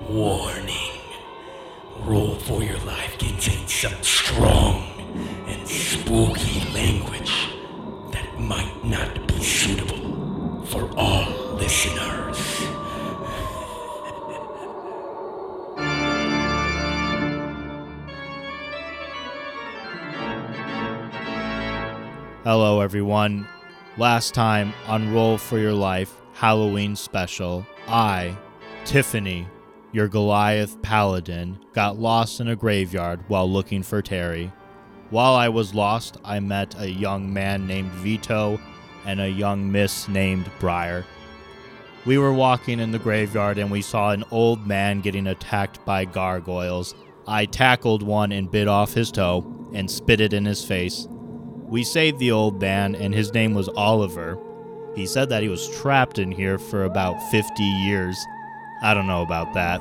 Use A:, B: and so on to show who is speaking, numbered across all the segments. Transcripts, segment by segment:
A: Warning. Roll for your life contains some strong and spooky language that might not be suitable for all listeners.
B: Hello, everyone. Last time on Roll for Your Life Halloween special, I, Tiffany, your Goliath paladin, got lost in a graveyard while looking for Terry. While I was lost, I met a young man named Vito and a young miss named Briar. We were walking in the graveyard and we saw an old man getting attacked by gargoyles. I tackled one and bit off his toe and spit it in his face. We saved the old man, and his name was Oliver. He said that he was trapped in here for about 50 years. I don't know about that.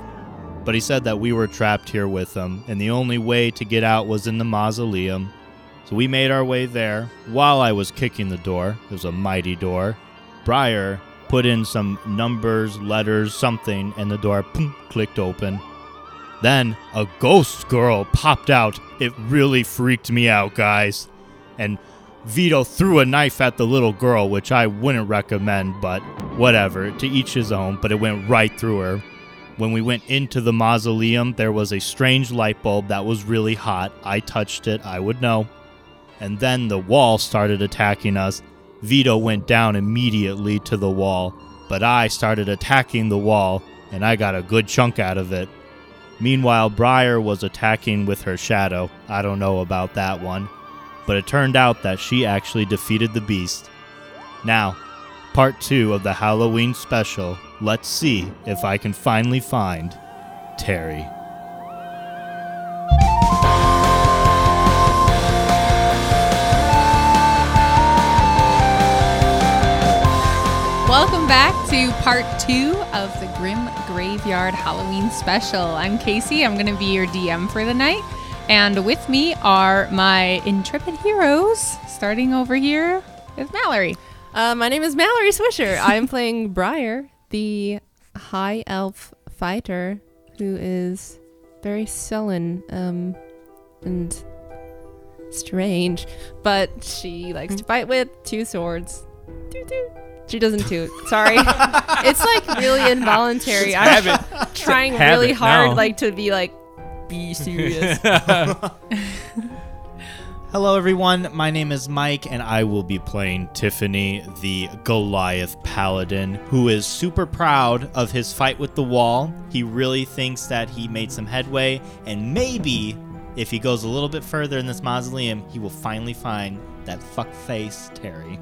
B: But he said that we were trapped here with him, and the only way to get out was in the mausoleum. So we made our way there. While I was kicking the door, it was a mighty door, Briar put in some numbers, letters, something, and the door pum, clicked open. Then a ghost girl popped out. It really freaked me out, guys. And Vito threw a knife at the little girl, which I wouldn't recommend, but whatever, to each his own, but it went right through her. When we went into the mausoleum, there was a strange light bulb that was really hot. I touched it, I would know. And then the wall started attacking us. Vito went down immediately to the wall, but I started attacking the wall, and I got a good chunk out of it. Meanwhile, Briar was attacking with her shadow. I don't know about that one. But it turned out that she actually defeated the beast. Now, part two of the Halloween special. Let's see if I can finally find Terry.
C: Welcome back to part two of the Grim Graveyard Halloween special. I'm Casey. I'm going to be your DM for the night. And with me are my intrepid heroes, starting over here with Mallory.
D: Uh, my name is Mallory Swisher. I'm playing Briar, the high elf fighter who is very sullen um, and strange, but she likes to fight with two swords. Toot, toot. She doesn't toot. Sorry, it's like really involuntary. I'm trying
E: Habit
D: really hard,
E: now.
D: like to be like, be serious.
B: Hello, everyone. My name is Mike, and I will be playing Tiffany, the Goliath Paladin, who is super proud of his fight with the wall. He really thinks that he made some headway, and maybe if he goes a little bit further in this mausoleum, he will finally find that fuckface Terry.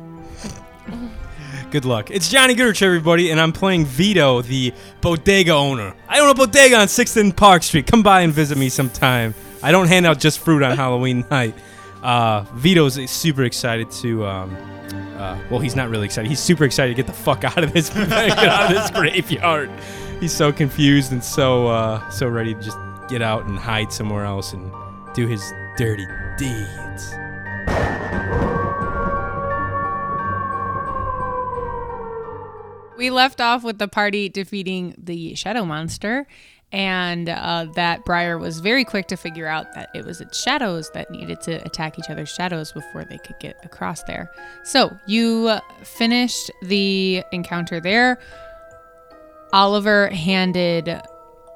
E: Good luck. It's Johnny Goodrich, everybody, and I'm playing Vito, the bodega owner. I own a bodega on 6th and Park Street. Come by and visit me sometime. I don't hand out just fruit on Halloween night. Uh, Vito's super excited to. Um, uh, well, he's not really excited. He's super excited to get the fuck out of this, get out of this graveyard. He's so confused and so uh, so ready to just get out and hide somewhere else and do his dirty deeds.
C: We left off with the party defeating the shadow monster, and uh, that Briar was very quick to figure out that it was its shadows that needed to attack each other's shadows before they could get across there. So you uh, finished the encounter there. Oliver handed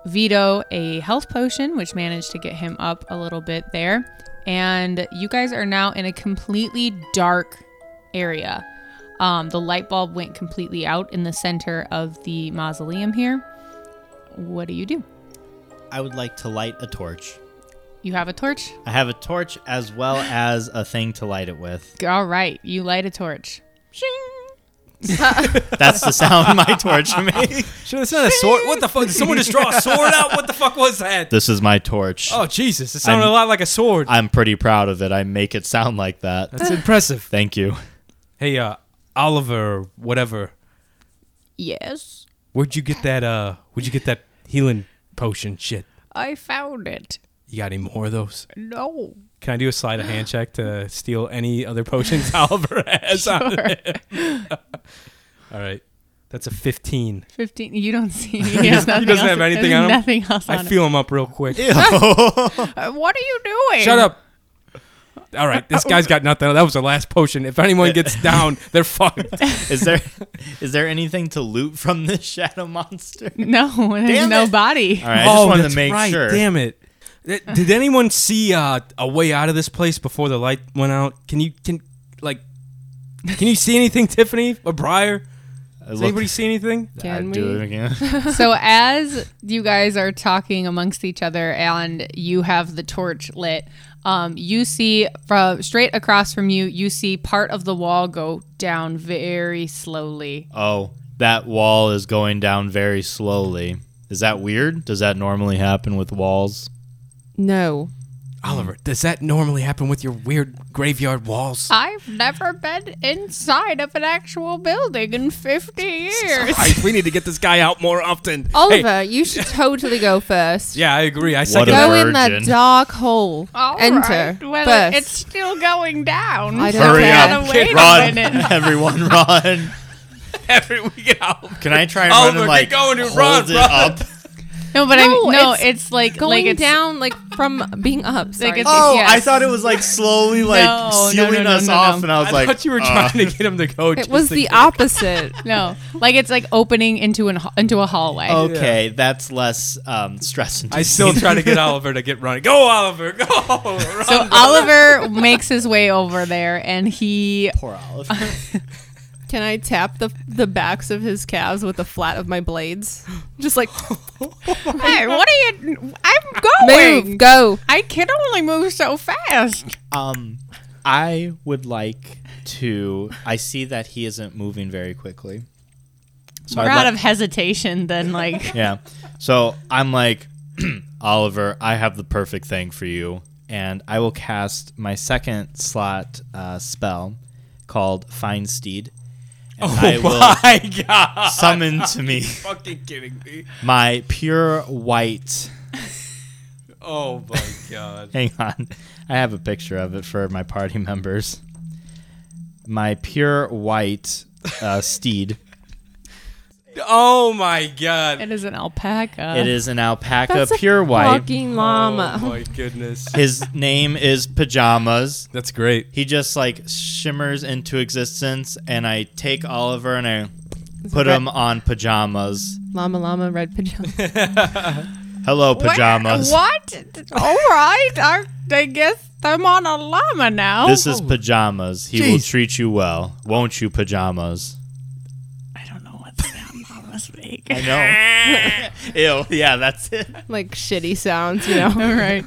C: Vito a health potion, which managed to get him up a little bit there. And you guys are now in a completely dark area. Um, the light bulb went completely out in the center of the mausoleum here. What do you do?
B: I would like to light a torch.
C: You have a torch?
B: I have a torch as well as a thing to light it with.
C: All right, you light a torch. Shing!
B: That's the sound my torch makes.
E: Sure, that's not a sword. What the fuck? Did someone just draw a sword out? What the fuck was that?
B: This is my torch.
E: Oh Jesus! It sounded a lot like a sword.
B: I'm pretty proud of it. I make it sound like that.
E: That's impressive.
B: Thank you.
E: Hey, uh, Oliver, whatever.
C: Yes,
E: Where'd you get that? Uh, where'd you get that healing potion? Shit.
C: I found it.
E: You got any more of those?
C: No.
E: Can I do a sleight of hand check to steal any other potions Oliver has? on
C: Sure.
E: him? All right. That's a 15.
C: 15. You don't see. He, has nothing
E: doesn't
C: else-
E: have anything
C: there's
E: on him.
C: Nothing else on
E: I feel him up real quick.
C: him. Uh, What are you doing?
E: Shut up. All right, this guy's got nothing. That was the last potion. If anyone gets down, they're fucked.
B: is there is there anything to loot from this shadow monster?
C: No, there's
B: Damn
C: no
B: it.
E: Uh,
C: body.
B: All right, I just wanted
E: Oh, that's
B: to make
E: right.
B: sure.
E: Damn it. Th- Did anyone see uh, a way out of this place before the light went out? Can you can like can you see anything, Tiffany or Briar?
B: I
E: Does
B: look-
E: anybody see anything?
D: Can
B: I'd do
D: we-
B: it again.
C: so as you guys are talking amongst each other and you have the torch lit um, you see from straight across from you you see part of the wall go down very slowly
B: oh, that wall is going down very slowly. Is that weird? Does that normally happen with walls?
D: No.
E: Oliver, does that normally happen with your weird graveyard walls?
C: i've never been inside of an actual building in 50 years
E: Christ, we need to get this guy out more often. Hey,
D: Oliver, you should totally go first.
E: yeah, I agree. I
B: What
E: second.
B: a-
D: Go in that
B: Virgin.
D: dark hole. Enter. first.
C: still going down
D: I don't Hurry care. up.
C: Wait a
B: Run,
C: minute.
B: everyone, run!
E: Every week out.
B: Can I try and run
E: Oliver,
B: and
E: get
B: like
E: going, dude.
B: hold
E: Run,
B: it
E: run.
B: up?
C: no but i mean,
D: No,
C: no it's,
D: it's
C: like
D: Going
C: like it's
D: down, like from being up. Sorry.
C: it's-
B: Oh, I
C: Yes.
B: thought it was like slowly like
C: No, no,
B: sealing
C: no, no,
B: us
C: no,
B: off,
C: no.
B: and I was
E: I
B: like,
E: thought you were
B: uh,
E: trying to get him to go.
D: it
E: just
D: was
E: to
D: the
E: get-
D: opposite.
C: no like it's like opening into an into a hallway
B: Okay, that's less um, stress
E: I
B: inducing.
E: still try to get Oliver to get running. Go, Oliver. Go. Run.
C: So Oliver makes his way over there, and he
B: Poor Olive.
D: Can I tap the the backs of his calves with the flat of my blades? Just like
C: hey, what are you? I'm
D: move, go.
C: I can only move so fast.
B: Um, I would like to. I see that he isn't moving very quickly. So
C: More
B: I'd
C: out
B: like-
C: of hesitation than like.
B: yeah. So I'm like, Oliver, I have the perfect thing for you, and I will cast my second slot uh, spell called Fine Steed. And I will
E: Oh my God.
B: summon to me
E: Fucking kidding me.
B: my pure white.
E: Oh my god.
B: Hang on. I have a picture of it for my party members. My pure white uh, steed.
E: Oh my god.
C: It is an alpaca.
B: It is an alpaca
D: That's a
B: pure white.
D: Fucking
E: Oh
D: llama.
E: my goodness.
B: His name is Pajamas.
E: That's great.
B: He just like shimmers into existence, and I take Oliver and I
D: Is it
B: put
D: red-
B: him on pajamas.
D: Llama, llama, red pajama.
B: Hello, pajamas.
C: What? All right. I, I guess I'm on a llama now.
B: This is pajamas. He will
E: Jeez.
B: treat you well, won't you, pajamas?
C: I don't know what sound llamas make.
B: I know. Ew. Yeah, that's it.
D: like shitty sounds, you know.
C: All right.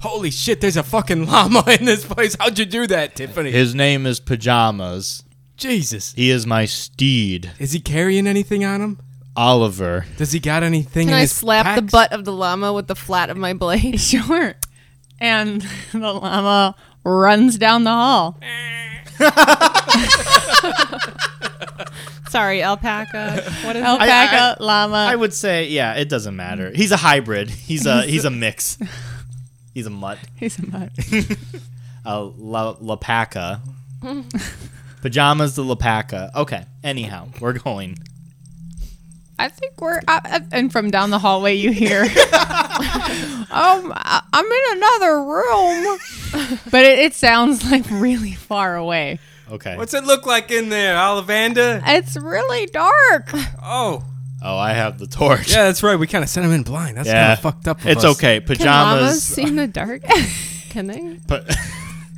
E: Holy shit, there's a fucking llama in this place. How'd you do that, Tiffany?
B: His name is Pajamas.
E: Jesus.
B: He is my steed.
E: Is he carrying anything on him?
B: Oliver.
E: Does he got anything
D: Can
E: in
D: I
E: his
D: slap the
E: packs?
D: butt of the llama with the flat of my blade?
C: Sure. And the llama runs down the hall.
D: Sorry, alpaca. What is
C: Alpaca, llama.
B: I would say, yeah, it doesn't matter. He's a hybrid. He's a he's a mix. He's a mutt.
C: He's a mutt.
B: A la, lapaca. Pajamas the lapaca. Okay. Anyhow, we're going.
C: I think we're. Uh, uh, and from down the hallway, you hear. um, I- I'm in another room, but it, it sounds like really far away.
B: Okay.
E: What's it look like in there, Ollivander?
C: It's really dark.
E: Oh.
B: oh, I have the torch.
E: Yeah, that's right. We kind of sent him in blind. That's
B: Yeah.
E: kind of fucked up. of
B: It's
E: us.
B: okay.
D: Can llamas
B: Pajamas.
D: see in the dark? Can they?
B: pa-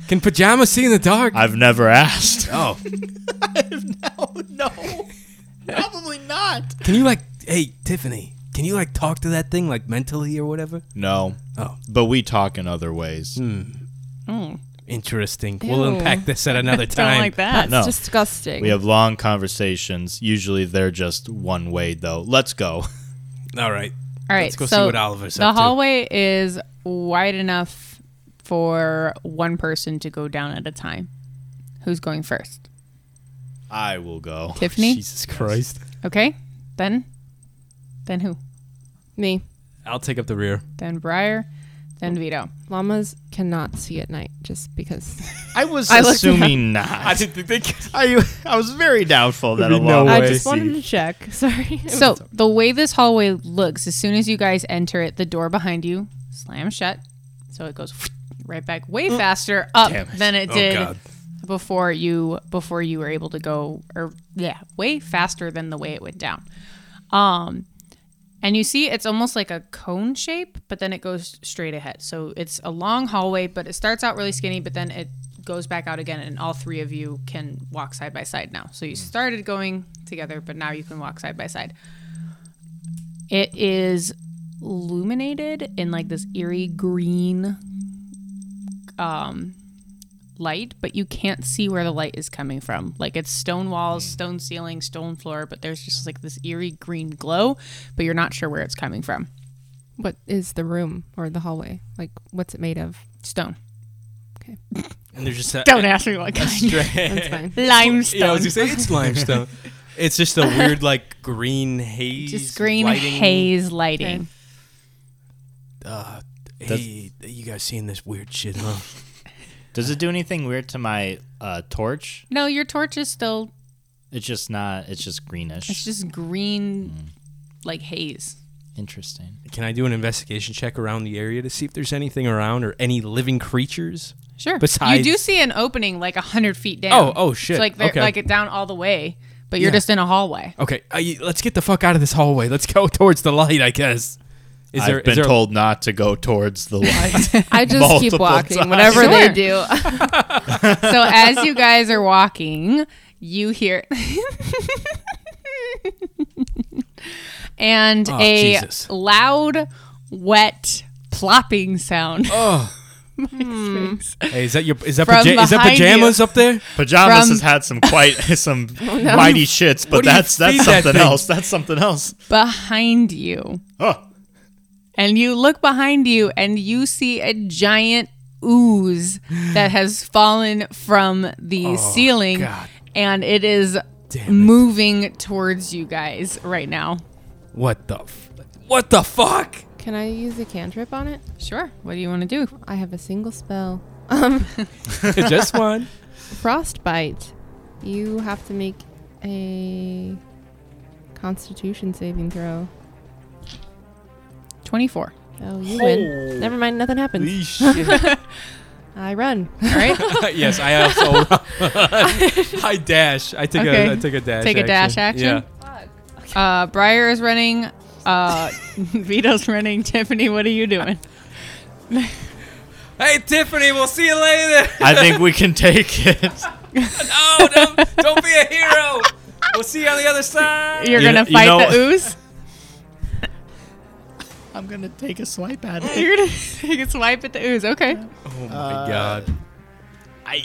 E: Can pajamas see in the dark?
B: I've never asked.
E: oh.
B: Oh no. Probably not.
E: Can you like, hey Tiffany? Can you like talk to that thing like mentally or whatever?
B: No.
E: Oh.
B: But we talk in other ways.
E: Interesting.
D: Ew.
E: We'll unpack this at another
C: Don't
E: time.
C: like that.
B: No.
D: Disgusting.
B: We have long conversations. Usually they're just one way though. Let's go.
E: All right.
C: All right.
E: Let's go
C: so
E: see what Oliver's
C: the
E: up to.
C: hallway is wide enough for one person to go down at a time. Who's going first?
B: I will go.
C: Tiffany.
E: Jesus Christ.
C: Okay. Then. Then who?
D: Me.
E: I'll take up the rear.
C: Then Briar. Then Vito.
D: Llamas cannot see at night just because
B: I was
D: I looked it
B: assuming not. I,
E: didn't think they could.
B: I was very doubtful that a
E: There'd be no
B: lot.
E: way.
D: I
E: I
D: just
E: see.
D: wanted to check. Sorry.
C: So the way this hallway looks, as soon as you guys enter it, the door behind you slams shut, so it goes right back way faster up
B: Oh, Damn it. Oh,
C: than it did
E: God.
C: before you before you were able to go or yeah way faster than the way it went down. Um, and you see it's almost like a cone shape, but then it goes straight ahead. So it's a long hallway, but it starts out really skinny, but then it goes back out again, and all three of you can walk side by side now. So
B: Hmm.
C: you started going together, but now you can walk side by side. It is illuminated in like this eerie green um light, but you can't see where the light is coming from. Like it's stone walls,
E: Hmm.
C: stone ceiling, stone floor, but there's just like this eerie green glow, but you're not sure where it's coming from.
D: what is the room or the hallway? Like, what's it made of?
C: Stone.
E: And they're just
C: Don't ask me what kind.
D: That's fine.
C: Limestone.
E: Yeah, I was gonna say it's limestone. it's just a weird like green haze.
C: just green
E: lighting.
C: haze lighting.
E: Uh, hey, you guys seeing this weird shit, huh?
B: Does it do anything weird to my uh, torch?
C: No, your torch is still
B: It's just not. It's just greenish.
C: it's just green
E: Hmm.
C: like haze.
B: Interesting.
E: Can I do an investigation check around the area to see if there's anything around or any living creatures?
C: Sure.
E: Besides-
C: you do see an opening like a hundred feet down.
E: Oh, oh, shit.
C: It's like they're
E: Okay.
C: like it down all the way, but you're
E: Yeah.
C: just in a hallway.
E: Okay, I, let's get the fuck out of this hallway. Let's go towards the light, I guess. Is
B: I've
E: there- is
B: been
E: there a-
B: told not to go towards the light.
D: I just keep
B: Multiple
D: walking,
B: times.
D: whatever
C: Sure.
D: they do.
C: so as you guys are walking, you hear and
E: Oh,
C: a
E: Jesus.
C: loud, wet plopping sound
E: Oh. Hey, is that your is that,
C: From
E: paja- is that
C: behind
E: pajamas
C: you.
E: up there?
B: Pajamas
C: From- Oh,
B: has had some quite some mighty shits, but
E: What do you
B: that's that's
E: feed that
B: something
E: thing?
B: else. That's something else.
C: behind you.
B: Oh,
C: And you look behind you and you see a giant ooze that has fallen from the
B: Oh,
C: ceiling
E: God.
C: and it is
E: Damn it.
C: moving towards you guys right now.
E: What the f- what the fuck?
D: Can I use a cantrip on it?
C: Sure. What do you want to do?
D: I have a single spell. Um,
E: Just one.
D: frostbite. You have to make a Constitution saving throw.
C: 24.
D: Oh, you win. Never mind. Nothing happens. I run.
C: All right.
E: yes, I also. I dash. I take
C: Okay.
E: a I take a dash.
C: Take a dash
E: Yeah.
C: action? Uh, Briar is running. Uh, Vito's running. Tiffany, what are you doing?
E: Hey Tiffany, we'll see you later.
B: I think we can take it.
E: No, don't, don't be a hero. We'll see you on the other side.
C: You're
B: You kn-
C: gonna
B: you
C: fight
B: know-
C: the ooze.
B: I'm gonna take a swipe at it.
C: You're gonna take a swipe at the ooze. Okay.
E: Oh my god.
B: I,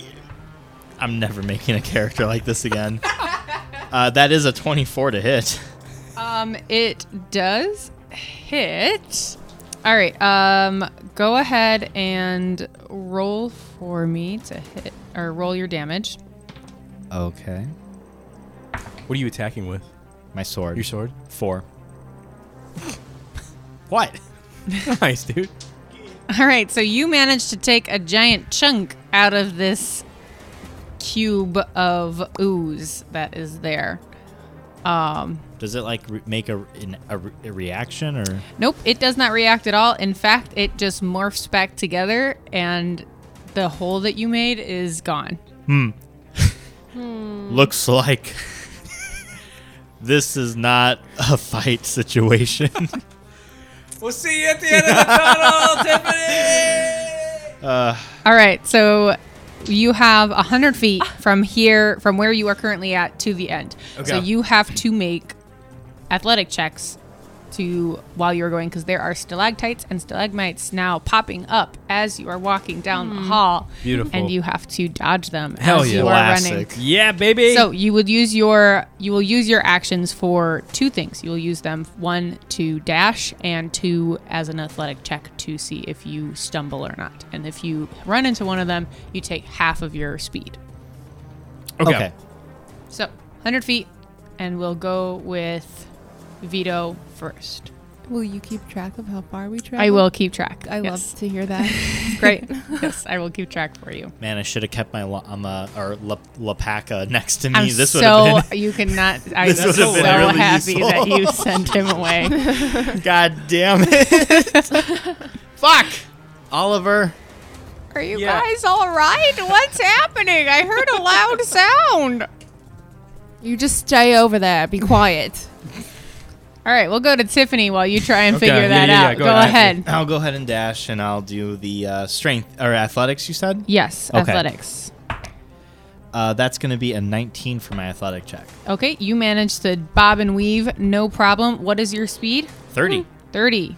B: I'm never making a character like this again. uh, that is a 24 to hit.
C: Um, it does hit. All right. Um, go ahead and roll for me to hit or roll your damage.
B: Okay.
E: What are you attacking with?
B: My sword.
E: Your sword.
B: Four. what?
E: nice, dude.
C: All right, so you managed to take a giant chunk out of this cube of ooze that is there.
B: Does it like re- make a an, a, re- a reaction or?
C: Nope, it does not react at all. In fact, it just morphs back together and the hole that you made is gone.
B: Looks like this is not a fight situation.
E: We'll see you at the end of the tunnel, Tiffany.
C: All right, so you have 100 feet from here, from where you are currently at to the end. So
E: Okay.
C: you have to make athletic checks to while you're going because there are stalactites and stalagmites now popping up as you are walking down the hall.
E: Beautiful.
C: And you have to dodge them
E: Hell
C: as
E: yeah.
C: you are running.
B: Classic.
E: Yeah, baby.
C: So you would use your you will use your actions for two things. You will use them one to dash and two as an athletic check to see if you stumble or not. And if you run into one of them, you take half of your speed.
B: okay.
C: So 100 feet, and we'll go with Vito first.
D: Will you keep track of how far we travel?
C: I will keep track.
D: I
C: yes.
D: love to hear that.
C: Great. yes, I will keep track for you.
B: Man, I should have kept my la- um, uh, or la- Lapaka next to me.
C: I'm
B: this would
C: so
B: have
C: you cannot. I'm
B: This
C: so
B: would've been really
C: happy
B: useful.
C: that you sent him away.
B: been. God damn it! Fuck, Oliver.
C: Are you
E: Yeah.
C: guys all right? What's happening? I heard a loud sound.
D: you just stay over there. Be quiet.
C: All right, we'll go to Tiffany while you try and
E: Okay,
C: figure
E: yeah,
C: that
E: yeah, yeah,
C: out.
E: go
C: go
E: ahead.
C: ahead.
B: I'll go ahead and dash, and I'll do the uh, strength or athletics. You said
C: Yes,
B: Okay.
C: athletics.
B: uh, that's going to be a 19 for my athletic check.
C: Okay, you managed to bob and weave, no problem. What is your speed?
B: 30.
C: Hmm. 30.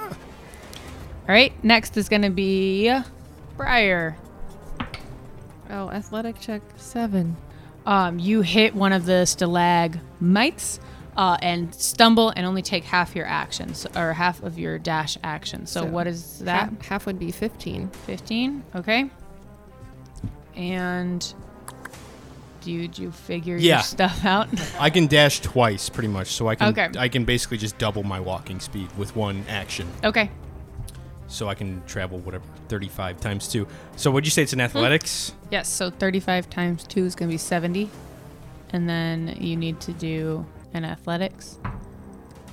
C: All right, next is going to be Briar.
D: Oh, athletic check seven.
C: Um, you hit one of the stalagmites uh, and stumble and only take half your actions or half of your dash action. So,
D: So,
C: what is that?
D: half, half would be fifteen.
C: 15. Okay. And did you figure
E: Yeah.
C: your stuff out?
E: I can dash twice, pretty much. So I can
C: Okay.
E: I can basically just double my walking speed with one action.
C: okay.
E: So I can travel whatever 35 times two. So would you say it's an athletics?
C: Yes, so 35 times 2 is going to be 70. And then you need to do an athletics.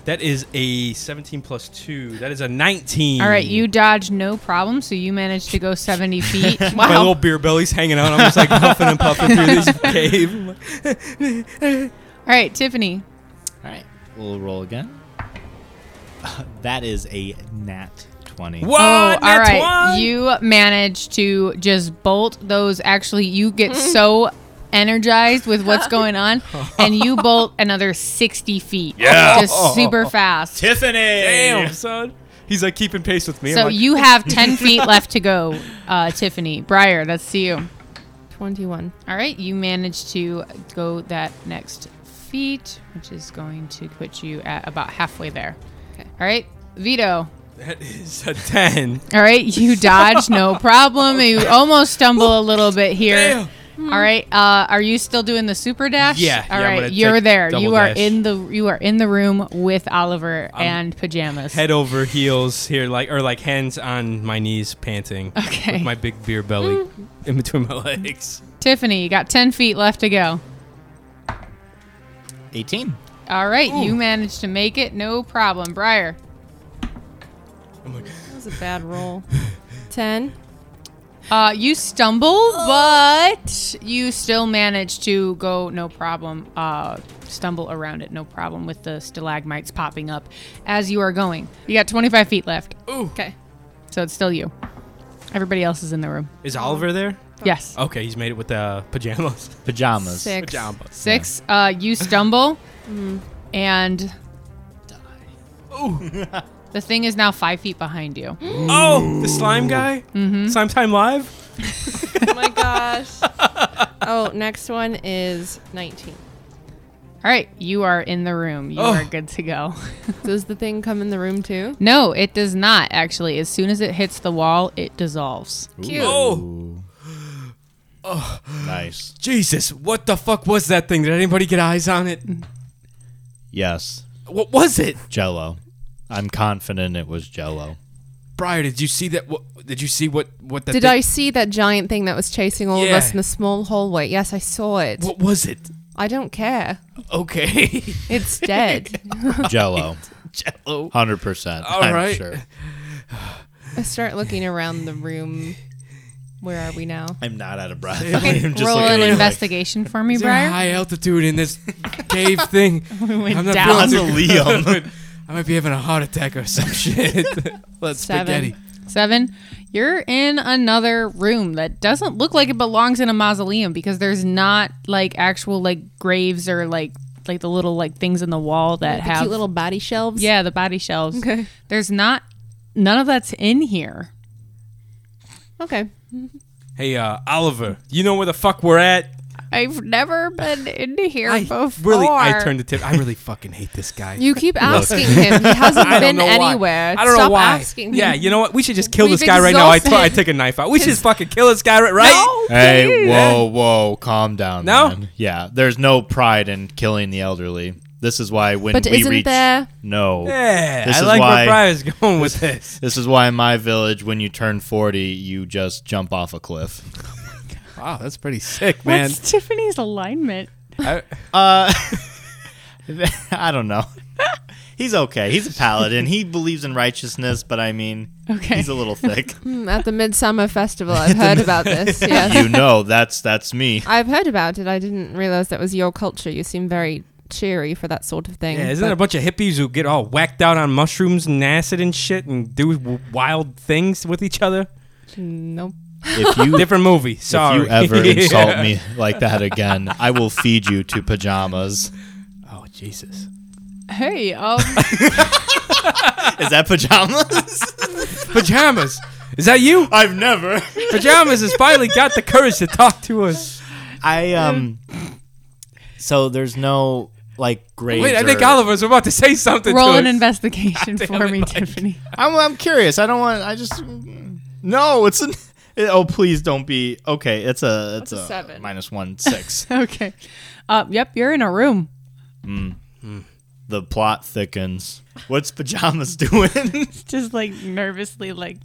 E: That is a 17 plus two. That is a 19.
C: All right,
E: Mm.
C: you dodge no problem, so you managed to go 70 feet.
E: My little beer belly's hanging out. I'm just like puffing and puffing through this
C: Oh,
E: cave.
C: All right, Tiffany.
B: All right, we'll roll again. that is a nat 20.
E: What?
C: Oh, all
E: Nat
C: right.
E: 20?
C: You managed to just bolt those. Actually, you get so energized with what's going on, and you bolt another 60 feet.
B: Yeah.
C: Just super fast.
B: Tiffany.
E: Damn, son. He's like keeping pace with me. I'm
C: So
E: like,
C: you have 10 feet left to go, uh, Tiffany. Briar, that's to you.
D: Twenty-one.
C: All right, you managed to go that next feet, which is going to put you at about halfway there. All right, Vito.
E: that is a 10.
C: All right, you dodge, no problem. You almost stumble a little bit here. All right, uh, are you still doing the super dash?
E: Yeah,
C: All
E: yeah, I'm
C: right,
E: gonna
C: you're
E: take
C: there.
E: double
C: You are
E: dash.
C: in the you are in the room with Oliver and pajamas.
E: Head over heels here, like or like hands on my knees, panting.
C: Okay. Mm.
E: With my big beer belly in between my legs.
C: Tiffany, you got ten feet left to go.
B: 18.
C: All right, you managed to make it, no problem. Briar,
D: That was a bad roll. Ten.
C: uh, you stumble, but you still manage to go, no problem. Uh, stumble around it, no problem, with the stalagmites popping up as you are going. You got twenty five feet left.
D: Okay.
C: So it's still you. Everybody else is in the room.
E: Is Oliver there?
C: Yes.
E: Okay, he's made it with the pajamas.
B: Pajamas.
D: Six.
E: Pajamas.
C: Six. Uh, you stumble,
D: Hmm.
C: and the thing is now five feet behind you.
E: Oh, the slime guy? Mm-hmm. Slime Time Live?
D: Oh my gosh. oh, next one is nineteen.
C: All right, you are in the room. You
E: Oh.
C: are good to go.
D: Does the thing come in the room too?
C: no, it does not actually. As soon as it hits the wall, it dissolves.
D: Cute.
E: Oh,
B: Ooh. Nice.
E: Jesus. What the fuck was that thing? Did anybody get eyes on it?
B: Yes.
E: What was it?
B: Jello. I'm confident it was Jello.
E: Briar, did you see that? What, did you see what, what that
D: Did
E: thing-
D: I see that giant thing that was chasing all
E: Yeah.
D: of us in the small hallway? Yes, I saw it.
E: What was it?
D: I don't care.
E: Okay.
D: It's dead.
B: Jello.
E: Jello.
B: 100%.
E: All
B: I'm
E: right.
B: sure.
D: I start looking around the room. Where are we now?
B: I'm not out of breath. I'm just
C: Roll
B: looking
C: an
B: at you
C: investigation for me,
E: Is there
C: Briar.
E: high altitude in this cave thing?
C: We
E: I'm
C: went
E: not
B: Like,
C: down.
E: feeling-
B: Onto Liam.
E: I might be having a heart attack or some shit. Let's
D: Seven.
E: spaghetti.
C: Seven. You're in another room that doesn't look like it belongs in a mausoleum because there's not like actual like graves or like like the little like things in the wall that
D: The
C: have
D: cute little body shelves.
C: yeah the body shelves. There's not none of that's in here.
D: Okay.
E: Hey, uh, Oliver, you know where the fuck we're at?
C: I've never been in here before.
E: really, I turned to Tiff. I really fucking hate this guy.
D: You keep asking him. He hasn't
E: I don't
D: been
E: know why.
D: anywhere.
E: I don't
D: Stop
E: know why.
D: asking
E: yeah,
D: him.
E: you know what? We should just kill
D: We've
E: this guy right now. I, t- I
D: exhausted
E: take a knife out. We should just fucking kill this guy right. right?
B: Hey, whoa, whoa, calm down.
E: No?
B: man. Yeah, there's no pride in killing the elderly. This is why when
D: But
B: we
D: isn't
B: reach
D: there-
B: no,
E: Yeah,
B: This
E: I
B: is
E: like
B: why-
E: where Briar's going with this.
B: this is why in my village when you turn forty you just jump off a cliff.
E: Wow, that's pretty sick, man.
C: What's Tiffany's alignment?
E: I,
B: Uh, I don't know. He's okay. He's a paladin. He believes in righteousness, but I mean,
C: Okay.
B: he's a little thick.
D: Hmm, At the Midsummer Festival, I've heard about this. Yes.
B: you know, that's that's me.
D: I've heard about it. I didn't realize that was your culture. You seem very cheery for that sort of thing.
E: yeah, isn't it a bunch of hippies who get all whacked out on mushrooms and acid and shit and do w- wild things with each other?
D: but- Nope.
B: If you
E: Different movie.
B: if
E: Sorry.
B: you ever
E: Yeah.
B: insult me like that again, I will feed you to pajamas.
E: Oh Jesus.
C: Hey, um,
B: Is that pajamas?
E: Pajamas. Is that you?
B: I've never.
E: Pajamas has finally got the courage to talk to us.
B: I um. So there's no like grades.
E: Wait, I think
B: or-
E: Oliver's about to say something.
C: roll
E: to
C: an
E: us.
C: investigation
E: damn
C: for
E: it,
C: me,
E: Mike.
C: Tiffany.
B: I'm I'm curious. I don't want. I just no. It's an. oh please don't be okay. It's a it's
D: That's
B: a,
D: a seven.
B: minus one six.
C: Okay. Uh, yep, you're in a room.
B: the plot thickens. What's pajamas doing?
C: Just like nervously, like,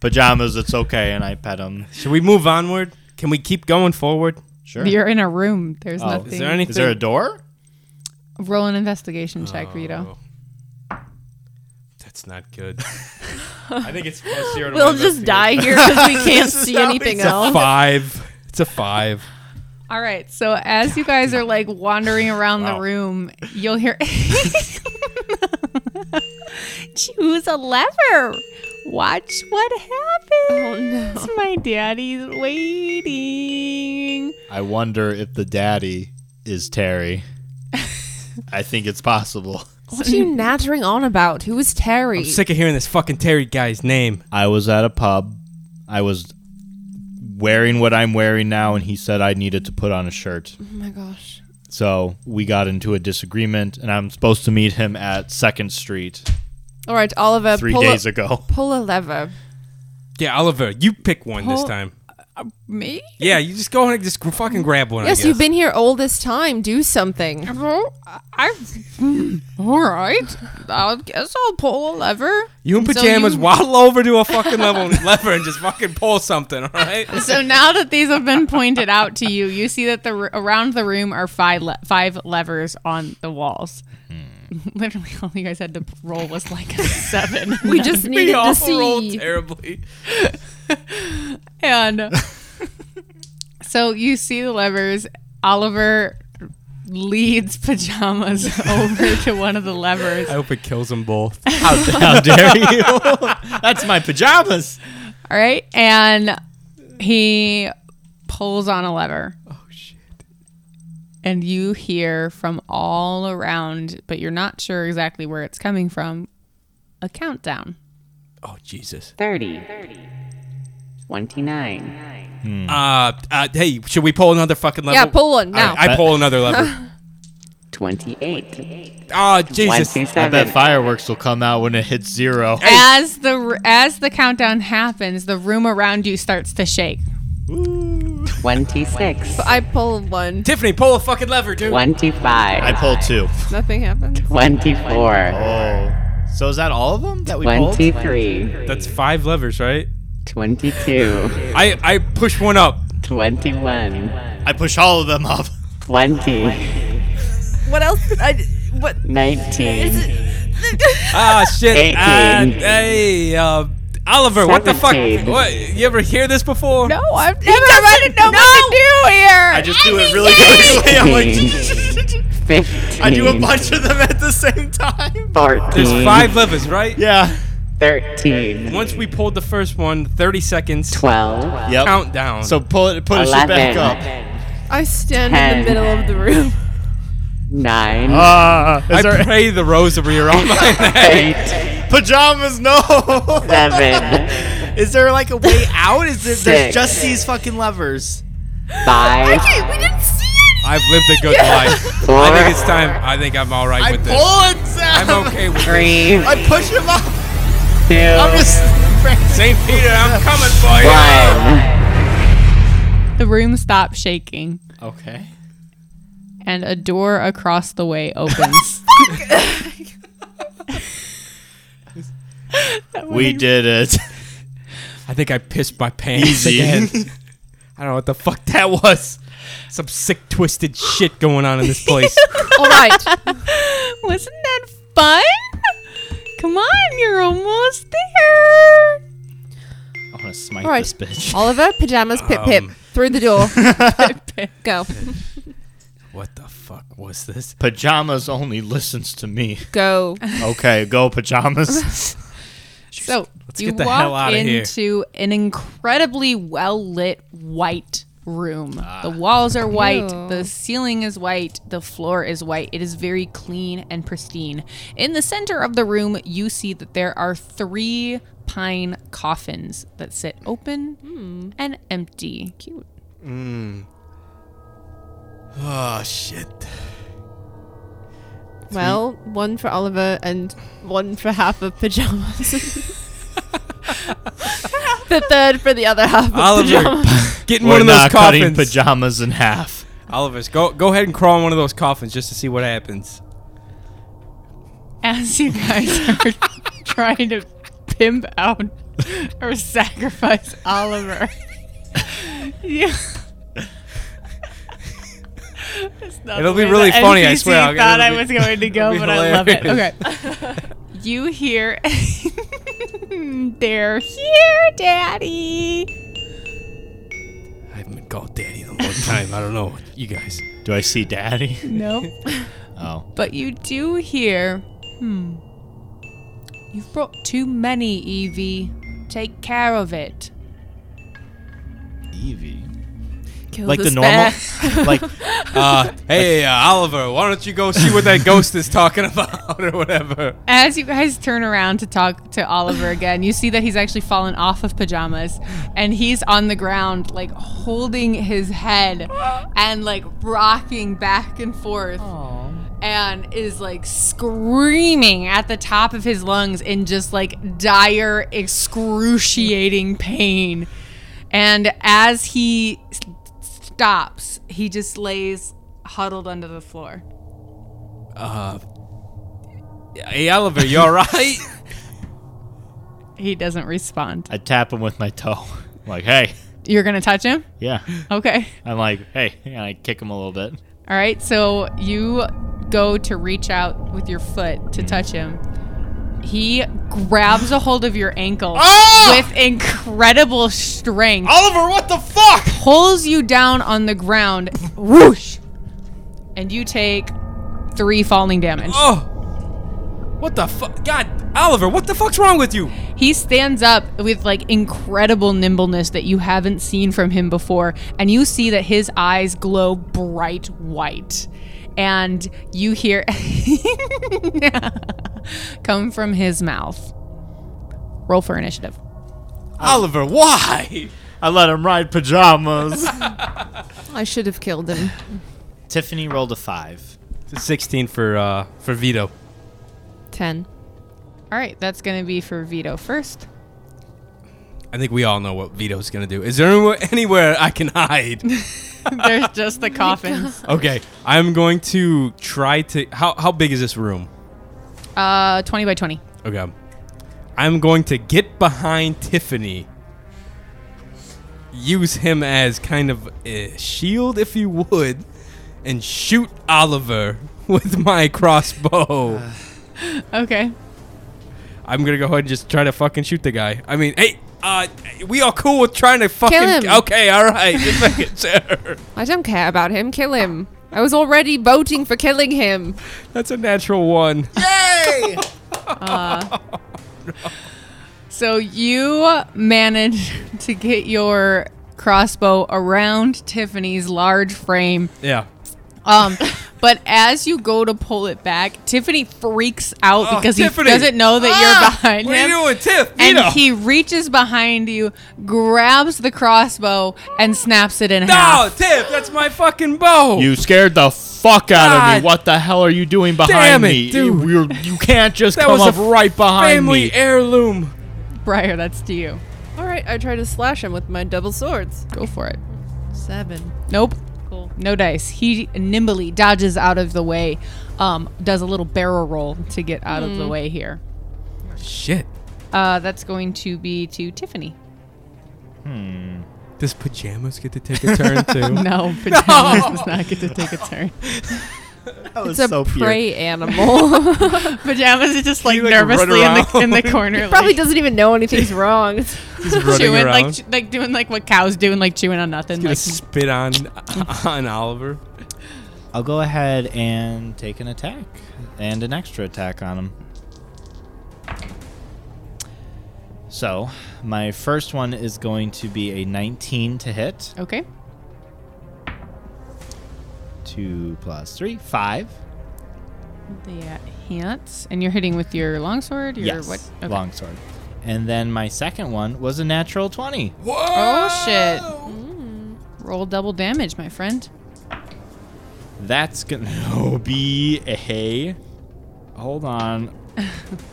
B: pajamas. It's okay, and I pet him.
E: Should we move onward? Can we keep going forward?
B: Sure.
C: you're in a room. There's
B: Oh.
C: nothing.
E: Is there anything?
B: Is there a door?
C: roll an investigation
E: Oh.
C: check, Vito.
E: That's not good. I think it's plus zero. to
D: We'll
E: my
D: just
E: investigation.
D: die here because we can't see
B: how
D: anything
B: it's
D: else.
E: Five. It's a five.
C: All right. So as you guys are like wandering around the room, you'll hear choose a lever. Watch what happens.
D: Oh,
C: My daddy's waiting.
B: I wonder if the daddy is Terry. I think it's possible.
D: What are you nattering on about? Who is Terry?
E: I'm sick of hearing this fucking Terry guy's name.
B: I was at a pub. I was wearing what I'm wearing now, and he said I needed to put on a shirt.
D: Oh my gosh.
B: So we got into a disagreement, and I'm supposed to meet him at Second Street
D: All right, Oliver,
B: three
D: Uh, pull,
B: days
D: a,
B: ago.
D: pull a lever.
E: Yeah, Oliver, you pick one this
C: Pull-
E: time.
C: Me?
E: Yeah, you just go ahead and just gr- fucking grab one. I
D: Yes,
E: guess.
D: you've been here all this time. Do something.
C: I. All right. I guess I'll pull a lever.
E: You in
C: So
E: pajamas
C: you-
E: waddle over to a fucking level lever and just fucking pull something. All right.
C: So now that these have been pointed out to you, you see that the r- around the room are five le- five levers on the walls. Literally, all you guys had to roll was like a seven,
D: We just
E: We
D: needed
E: all
D: to
E: rolled
D: see.
E: terribly.
C: and so you see the levers. Oliver leads pajamas over to one of the levers.
E: I
C: All
E: hope it kills them both.
B: How, how dare you? That's my pajamas.
C: right, and he pulls on a lever.
E: Oh shit.
C: and you hear from all around, but you're not sure exactly where it's coming from, a countdown.
E: Oh Jesus.
F: 30, 29,
E: Uh, uh, hey, should we pull another fucking lever?
D: Yeah, pull one now.
E: All right, I pull another lever.
F: 28,
E: Oh Jesus.
F: 27.
B: I bet fireworks will come out when it hits zero.
E: Oh.
C: As the as the countdown happens, the room around you starts to shake.
F: 26,
D: I pull one.
E: Tiffany, pull a fucking lever, dude.
F: 25,
B: I pulled two.
D: Nothing happens.
F: 24,
B: Oh. So is that all of them that we pulled?
F: 23,
E: That's five levers, right?
F: 22,
E: I I push one up.
F: 21,
B: I push all of them up.
F: 20,
D: What else? I, what?
F: 19,
E: Ah shit.
F: Eighteen.
E: Uh, hey, uh, Oliver, what the fuck?
F: Seventeen.
E: What? You ever hear this before?
C: No, I've never really know what to do here.
B: I just do it really quickly. I'm like,
F: 15,
B: I do a bunch of them at the same time.
F: 14,
E: There's five levers, right?
B: Yeah.
F: 13,
E: Once we pulled the first one, 30 seconds
F: 12,
B: Yep.
E: countdown.
B: So pull it, push it back
F: 11.
B: up.
D: I stand in
F: Ten.
D: the middle of the room.
F: 9,
B: Ah,
E: I
B: is there
E: pray the rosary around my neck.
F: 8,
B: pajamas? No.
F: 7,
B: Is there like a way out? Is there there's
F: Six.
B: just these fucking levers?
F: 5,
D: we didn't see it.
E: I've lived a good life.
F: 4,
E: I think it's time. I think I'm all right
B: I
E: with
B: pull
E: this.
B: it, Sam.
E: I'm okay with it.
F: 3,
B: I push him up.
F: 2,
B: I'm just.
E: St. Peter, I'm coming for you.
F: 1.
C: The room stops shaking.
B: Okay.
C: and a door across the way opens.
B: We did it.
E: I think I pissed my pants
B: Easy.
E: again. I don't know what the fuck that was. Some sick, twisted shit going on in this place.
D: All right.
C: Wasn't that fun? Come on, you're almost there.
B: I want to smite
D: All right.
B: this bitch.
D: Oliver, pajamas, pip pip,
E: Um.
D: through the door. go,
E: what the fuck was this?
B: Pajamas only listens to me.
D: go.
B: Okay, go pajamas.
C: So
E: Let's
C: you
E: get the
C: walk
E: hell outta here.
C: into an incredibly well lit white room.
E: Ah.
C: the walls are white,
D: Ew.
C: the ceiling is white, the floor is white. It is very clean and pristine. In the center of the room, you see that there are three pine coffins that sit open and empty. Cute.
E: Oh shit.
D: Well, one for Oliver and one for half of pajamas. the third for the other half of
E: Oliver,
D: pajamas.
E: get in
B: We're
E: one of those
B: not cutting
E: coffins.
B: pajamas in half.
E: Oliver's go go ahead and crawl in one of those coffins just to see what happens.
C: As you guys are trying to pimp out or sacrifice Oliver. Yeah.
E: It'll be really funny, I swear.
C: I
E: I'll-
C: thought I
E: it'll
C: was
E: be-
C: going to go, but
E: it'll be
C: I love it. Okay.
E: hilarious.
C: You hear. They're here, Daddy.
E: I haven't been called daddy in a long time. I don't know. You guys.
B: Do I see daddy?
C: No.
B: Oh.
C: But you do hear, hmm, you've brought too many, Evie. Take care of it.
B: Evie.
D: Kill
B: Like the
D: this
B: normal
D: bear.
B: like
E: Uh, hey, uh, Oliver, why don't you go see what that ghost is talking about or whatever?
C: As you guys turn around to talk to Oliver again, you see that he's actually fallen off of pajamas and he's on the ground, like holding his head and like rocking back and forth and is like screaming at the top of his lungs in just like dire, excruciating pain. And as he s- stops, he just lays huddled under the floor.
E: Uh, Hey, Oliver, you alright?
C: He doesn't respond.
B: I tap him with my toe. Like, hey.
C: You're going to touch him?
B: Yeah.
C: Okay.
B: I'm like, hey, and I kick him a little bit.
C: All right, so you go to reach out with your foot to touch him. He grabs a hold of your ankle with incredible strength. Ah! Oliver, what the fuck? Pulls you down on the ground. Whoosh. And you take three falling damage.
E: Oh, what the fuck? God, Oliver, what the fuck's wrong with you?
C: He stands up with like incredible nimbleness that you haven't seen from him before, and you see that his eyes glow bright white. And you hear come from his mouth. Roll for initiative.
E: Oliver, why?
B: I let him ride pajamas.
D: I should have killed him.
B: Tiffany rolled a five.
E: It's a 16 for uh for Vito.
D: Ten.
C: All right, that's going to be for Vito first.
E: I think we all know what Vito's gonna do. Is there anywhere, anywhere I can hide?
C: There's just the coffins.
E: okay, I'm going to try to. How how big is this room?
C: Uh, 20 by 20.
E: Okay, I'm going to get behind Tiffany. Use him as kind of a shield, if you would, and shoot Oliver with my crossbow.
C: Okay.
E: I'm gonna go ahead and just try to fucking shoot the guy. I mean, hey, uh, we all cool with trying to
D: him.
E: fucking. Okay, all right, just making sure.
D: I don't care about him. Kill him. I was already voting for killing him.
E: That's a natural one.
C: So you manage to get your crossbow around Tiffany's large frame
E: Yeah.
C: Um, but as you go to pull it back, Tiffany freaks out
E: Oh,
C: because
E: Tiffany.
C: he doesn't know that
E: Ah,
C: you're behind
E: what
C: him.
E: are you doing, Tiff?
C: and
E: Vito.
C: he reaches behind you, grabs the crossbow, and snaps it in
E: No,
C: half.
E: Tiff, that's my fucking bow.
B: You scared the fuck out of
E: God.
B: me. What the hell are you doing behind
E: Damn it,
B: me?
E: dude.
B: You, you're- you can't just
E: That
B: come
E: was a
B: up right behind
E: Family
B: me.
E: heirloom.
C: Briar, that's to you.
D: All right, I try to slash him with my double swords.
C: Go for it.
D: Seven.
C: Nope.
D: Cool.
C: No dice. He nimbly dodges out of the way, um, does a little barrel roll to get out of the
D: Mm.
C: way here.
E: Shit.
C: Uh, that's going to be to Tiffany.
E: Does pajamas get to take a turn too?
C: No, pajamas does not get to take a turn.
B: That was
D: It's a prey animal.
C: pajamas is just like,
E: like, run
C: nervously in the, in the
E: around.
C: corner,
D: Probably
C: like,
D: doesn't even know anything's wrong. It's-
E: He's running
C: chewing
E: around.
C: like ch- like doing like what cows do and like chewing on nothing.
E: gonna
C: Like,
E: spit on on Oliver.
B: I'll go ahead and take an attack and an extra attack on him. So, my first one is going to be a 19 to hit.
C: okay,
B: 2 plus 3, 5.
C: the uh, hands, and you're hitting with your longsword. Your
B: yes.
C: what? Okay.
B: Longsword. And then my second one was a natural 20.
C: Oh shit! Mm. Roll double damage, my friend.
B: That's going to be a. Hold on.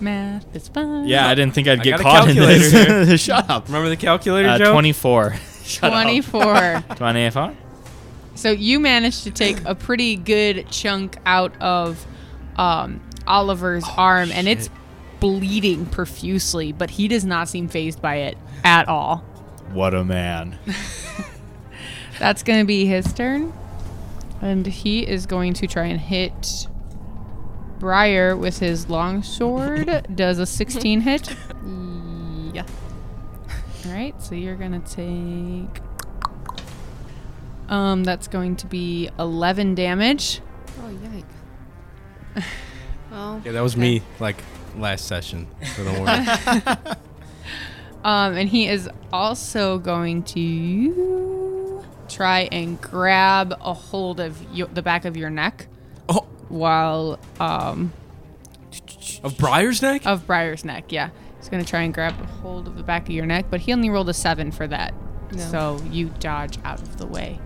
C: Math is fun.
B: Yeah, I didn't think I'd
E: I
B: get
E: got a
B: caught in
E: calculator
B: this. Shut up.
E: Remember the calculator,
B: Uh,
E: Joe?
B: 24. Shut up.
C: twenty-four.
B: 24.
C: So you managed to take a pretty good chunk out of um, Oliver's arm, and it's bleeding profusely, but he does not seem phased by it at all.
B: What a man.
C: That's going to be his turn, and he is going to try and hit Briar with his longsword. Does a sixteen hit?
D: yeah.
C: All right, so you're gonna take. Um, that's going to be eleven damage.
D: Oh yike. Well,
E: Yeah, that was me. Like last session. So don't worry.
C: Um, and he is also going to try and grab a hold of yo the back of your neck
E: oh,
C: while um,
E: of Briar's neck?
C: of Briar's neck. Yeah, he's going to try and grab a hold of the back of your neck, but he only rolled a seven for that. So you dodge out of the way.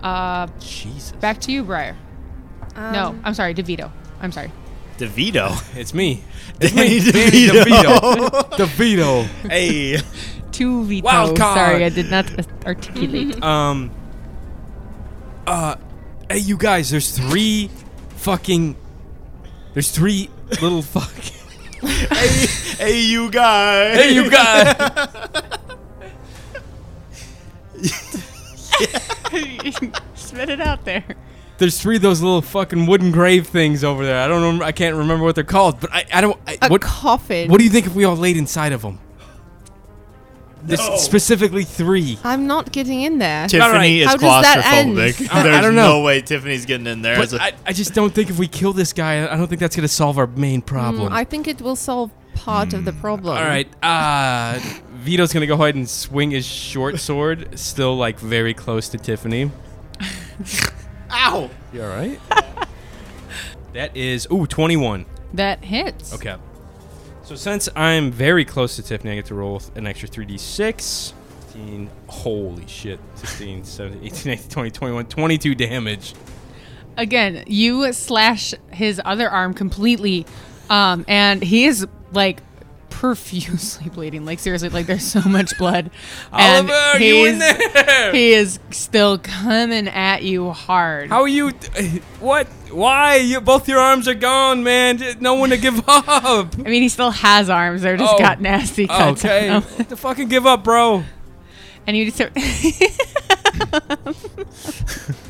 C: Uh,
E: Jesus.
C: back to you, Briar. no, I'm sorry, DeVito. I'm sorry.
B: DeVito.
E: It's me.
B: Danny
E: Danny
B: DeVito.
E: DeVito.
B: hey.
C: Two Vito.
E: Wild card.
C: Sorry, I did not articulate.
E: Um. Uh, hey, you guys. There's three fucking. There's three little fucking.
B: Hey, you guys.
E: hey, you guys.
C: Spit it out there.
E: There's three of those little fucking wooden grave things over there. I don't. Remember, I can't remember what they're called. But I. I don't. I,
D: a
E: what?
D: coffin.
E: What do you think if we all laid inside of them? There's specifically three.
D: I'm not getting in there.
E: All right.
B: Tiffany
D: How
B: is
D: does that end?
B: claustrophobic.
E: I- I
B: There's
E: don't
B: no
E: know.
B: way Tiffany's getting in there. as
E: But
B: a-
E: I, I just don't think if we kill this guy, I don't think that's gonna solve our main problem.
D: Mm, I think it will solve part of the problem.
E: Hmm. All right. Uh, Vito's gonna go ahead and swing his short sword, still like very close to Tiffany.
B: Ow.
E: You all right? that is ooh 21.
C: That hits.
E: Okay. So since I'm very close to Tiffany, I get to roll an extra 3d6. 15, holy shit. 16, 17, 18, 19, 20, 21, 22 damage.
C: Again, you slash his other arm completely, um, and he is like profusely bleeding. Like seriously, like there's so much blood. and
E: Oliver, you in
C: he's-
E: there?
C: He is still coming at you hard.
E: How are you? uh, What? Why? You, both your arms are gone, man. No one to give up.
C: I mean, he still has arms. They're just
E: Oh.
C: got nasty cuts. on
E: Okay.
C: them.
E: to fucking give up, bro.
C: and you just start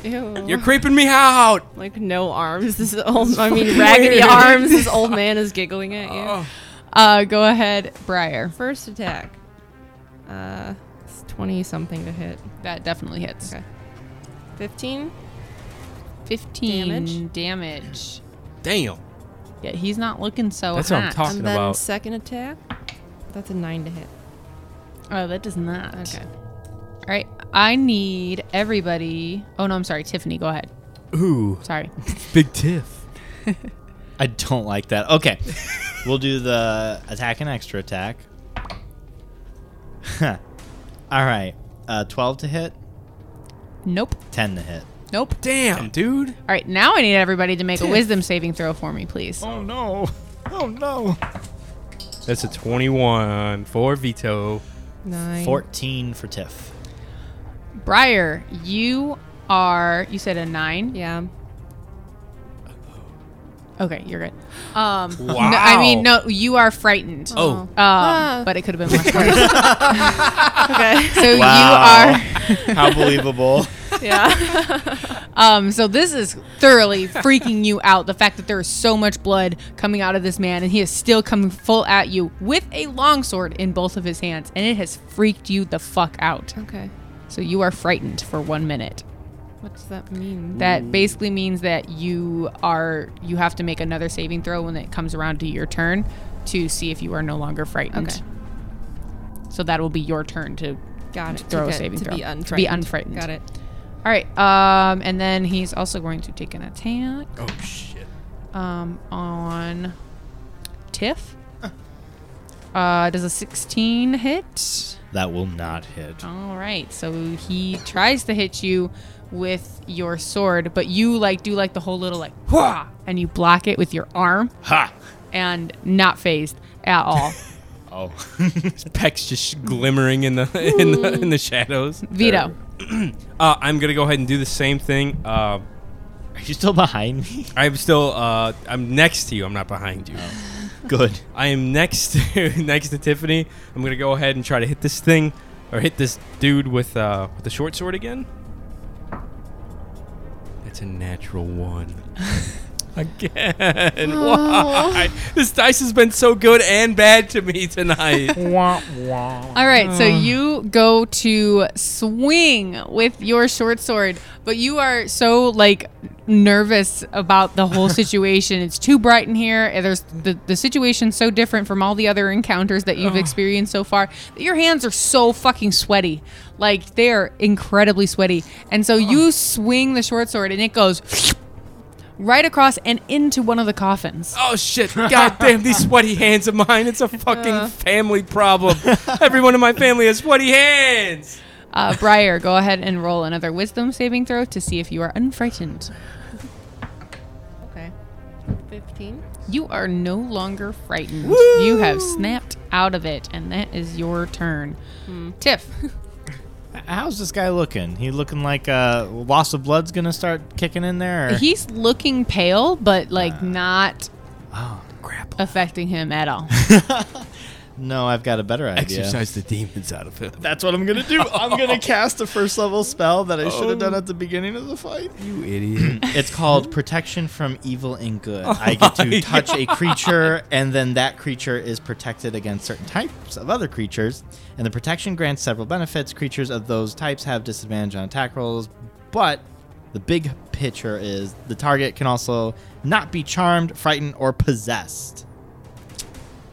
D: Ew.
E: You're creeping me out.
D: like no arms. This is old. I mean, raggedy arms. This old man is giggling at you.
E: Oh.
C: uh, go ahead, Briar.
D: First attack. Uh, it's twenty something to hit.
C: That definitely hits.
D: Okay. Fifteen.
C: 15
D: Damage?
C: damage.
E: Damn.
C: Yeah, he's not looking so
E: That's what
C: hot.
E: I'm talking
D: And then
E: about.
D: second attack. That's a nine to hit.
C: Oh, that does not.
D: Okay.
C: All right. I need everybody. Oh, no, I'm sorry. Tiffany, go ahead.
E: Ooh,
C: Sorry.
E: big tiff.
B: I don't like that. Okay. we'll do the attack and extra attack. All right. Uh, 12 to hit,
C: Nope.
B: 10 to hit.
C: Nope.
E: Damn, dude.
C: All right. Now I need everybody to make a wisdom saving throw for me, please.
B: Oh, no. Oh, no.
E: That's a 21 for Vito.
D: Nine.
B: 14 for Tiff.
C: Briar, you are you said a nine?
D: Yeah.
C: Okay, you're good. Um, no,
E: Wow.
C: I mean, no, you are frightened.
E: Oh.
C: Um, but it could have been much worse.
D: Okay.
C: So you are.
B: How believable.
D: yeah.
C: Um, so this is thoroughly freaking you out. The fact that there is so much blood coming out of this man, and he is still coming full at you with a longsword in both of his hands, and it has freaked you the fuck out.
D: Okay.
C: So you are frightened for one minute.
D: What does that mean?
C: That basically means that you are you have to make another saving throw when it comes around to your turn to see if you are no longer frightened.
D: Okay.
C: So that will be your turn to.
D: Got it.
C: Throw a
D: to get-
C: saving
D: to
C: throw.
D: Be
C: To be
D: unfrightened.
C: unfrightened.
D: Got it.
C: All right. Um, and then he's also going to take an attack.
E: Oh shit.
C: um, on Tiff. Uh, does a 16 hit?
B: That will not hit.
D: Oh.
C: All right, so he tries to hit you with your sword, but you like do like the whole little like Hwah! and you block it with your arm
B: Ha!
C: and not phased at all.
B: Oh.
E: Peck's just glimmering in the in the in the shadows.
C: Vito,
E: Uh, I'm gonna go ahead and do the same thing. Uh,
B: Are you still behind me?
E: I'm still. Uh, I'm next to you. I'm not behind you.
B: Good.
E: I am next to next to Tiffany. I'm gonna go ahead and try to hit this thing, or hit this dude with uh, with the short sword again. That's a natural one. again. Why? This dice has been so good and bad to me tonight.
C: All right, so you go to swing with your short sword, but you are so like nervous about the whole situation. it's too bright in here. and There's the the situation's so different from all the other encounters that you've experienced so far. that Your hands are so fucking sweaty. Like they're incredibly sweaty. And so you swing the short sword and it goes right across and into one of the coffins.
E: Oh shit! God damn these sweaty hands of mine. It's a fucking family problem. Everyone in my family has sweaty hands.
C: Uh, Briar, go ahead and roll another wisdom saving throw to see if you are unfrightened.
D: Okay. 15.
C: You are no longer frightened. You have snapped out of it, and that is your turn. Tiff,
B: How's this guy looking? He looking like uh, loss of blood's gonna start kicking in there? or-
C: he's looking pale, but like not
B: oh, crap.
C: affecting him at all.
B: No, I've got a better idea.
E: the demons out of him.
B: That's what I'm gonna do. I'm gonna cast a first level spell that I should have done at the beginning of the fight.
E: You idiot.
B: It's called Protection from Evil and Good. I get to touch a creature, and then that creature is protected against certain types of other creatures. And the protection grants several benefits. Creatures of those types have disadvantage on attack rolls, but the big picture is the target can also not be charmed, frightened, or possessed.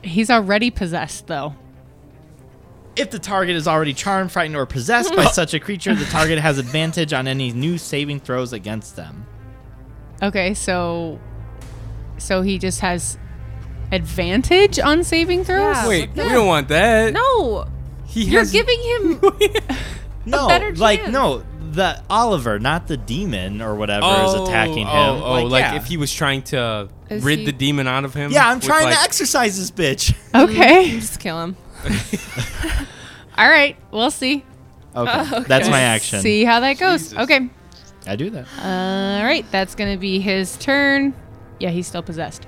C: he's already possessed, though.
B: If the target is already charmed, frightened, or possessed by such a creature, the target has advantage on any new saving throws against them.
C: Okay, so so he just has advantage on saving throws.
D: Yeah.
E: Wait, we don't want that.
C: no,
E: he
C: you're
E: has-
C: giving him.
B: no,
C: better
B: like
C: chance.
B: no, the Oliver, not the demon or whatever, is attacking him.
E: Oh, oh, like,
B: yeah.
E: if he was trying to
D: Is
E: rid
D: he-
E: the demon out of him.
B: Yeah, I'm
E: with,
B: trying
E: like-
B: to exercise this bitch.
C: Okay,
D: Just kill him.
C: all right, we'll see.
B: Okay, that's my action.
C: Oh, See how that goes.
E: Jesus.
C: Okay,
B: I do that.
C: All right, that's gonna be his turn. Yeah, he's still possessed.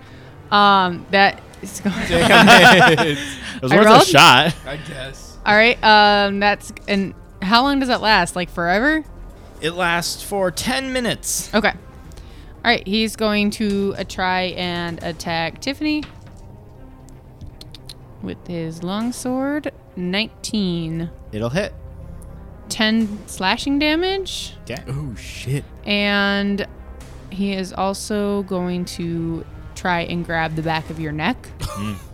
C: Um, that is going.
B: It was
C: I
B: worth
C: rolled-
B: a shot.
E: I guess.
C: All right, um, that's and how long does that last? Like forever?
B: It lasts for ten minutes.
C: Okay. All right, he's going to uh, try and attack Tiffany with his longsword. 19.
B: It'll hit.
C: 10 slashing damage.
B: Okay.
E: Oh shit.
C: And he is also going to try and grab the back of your neck.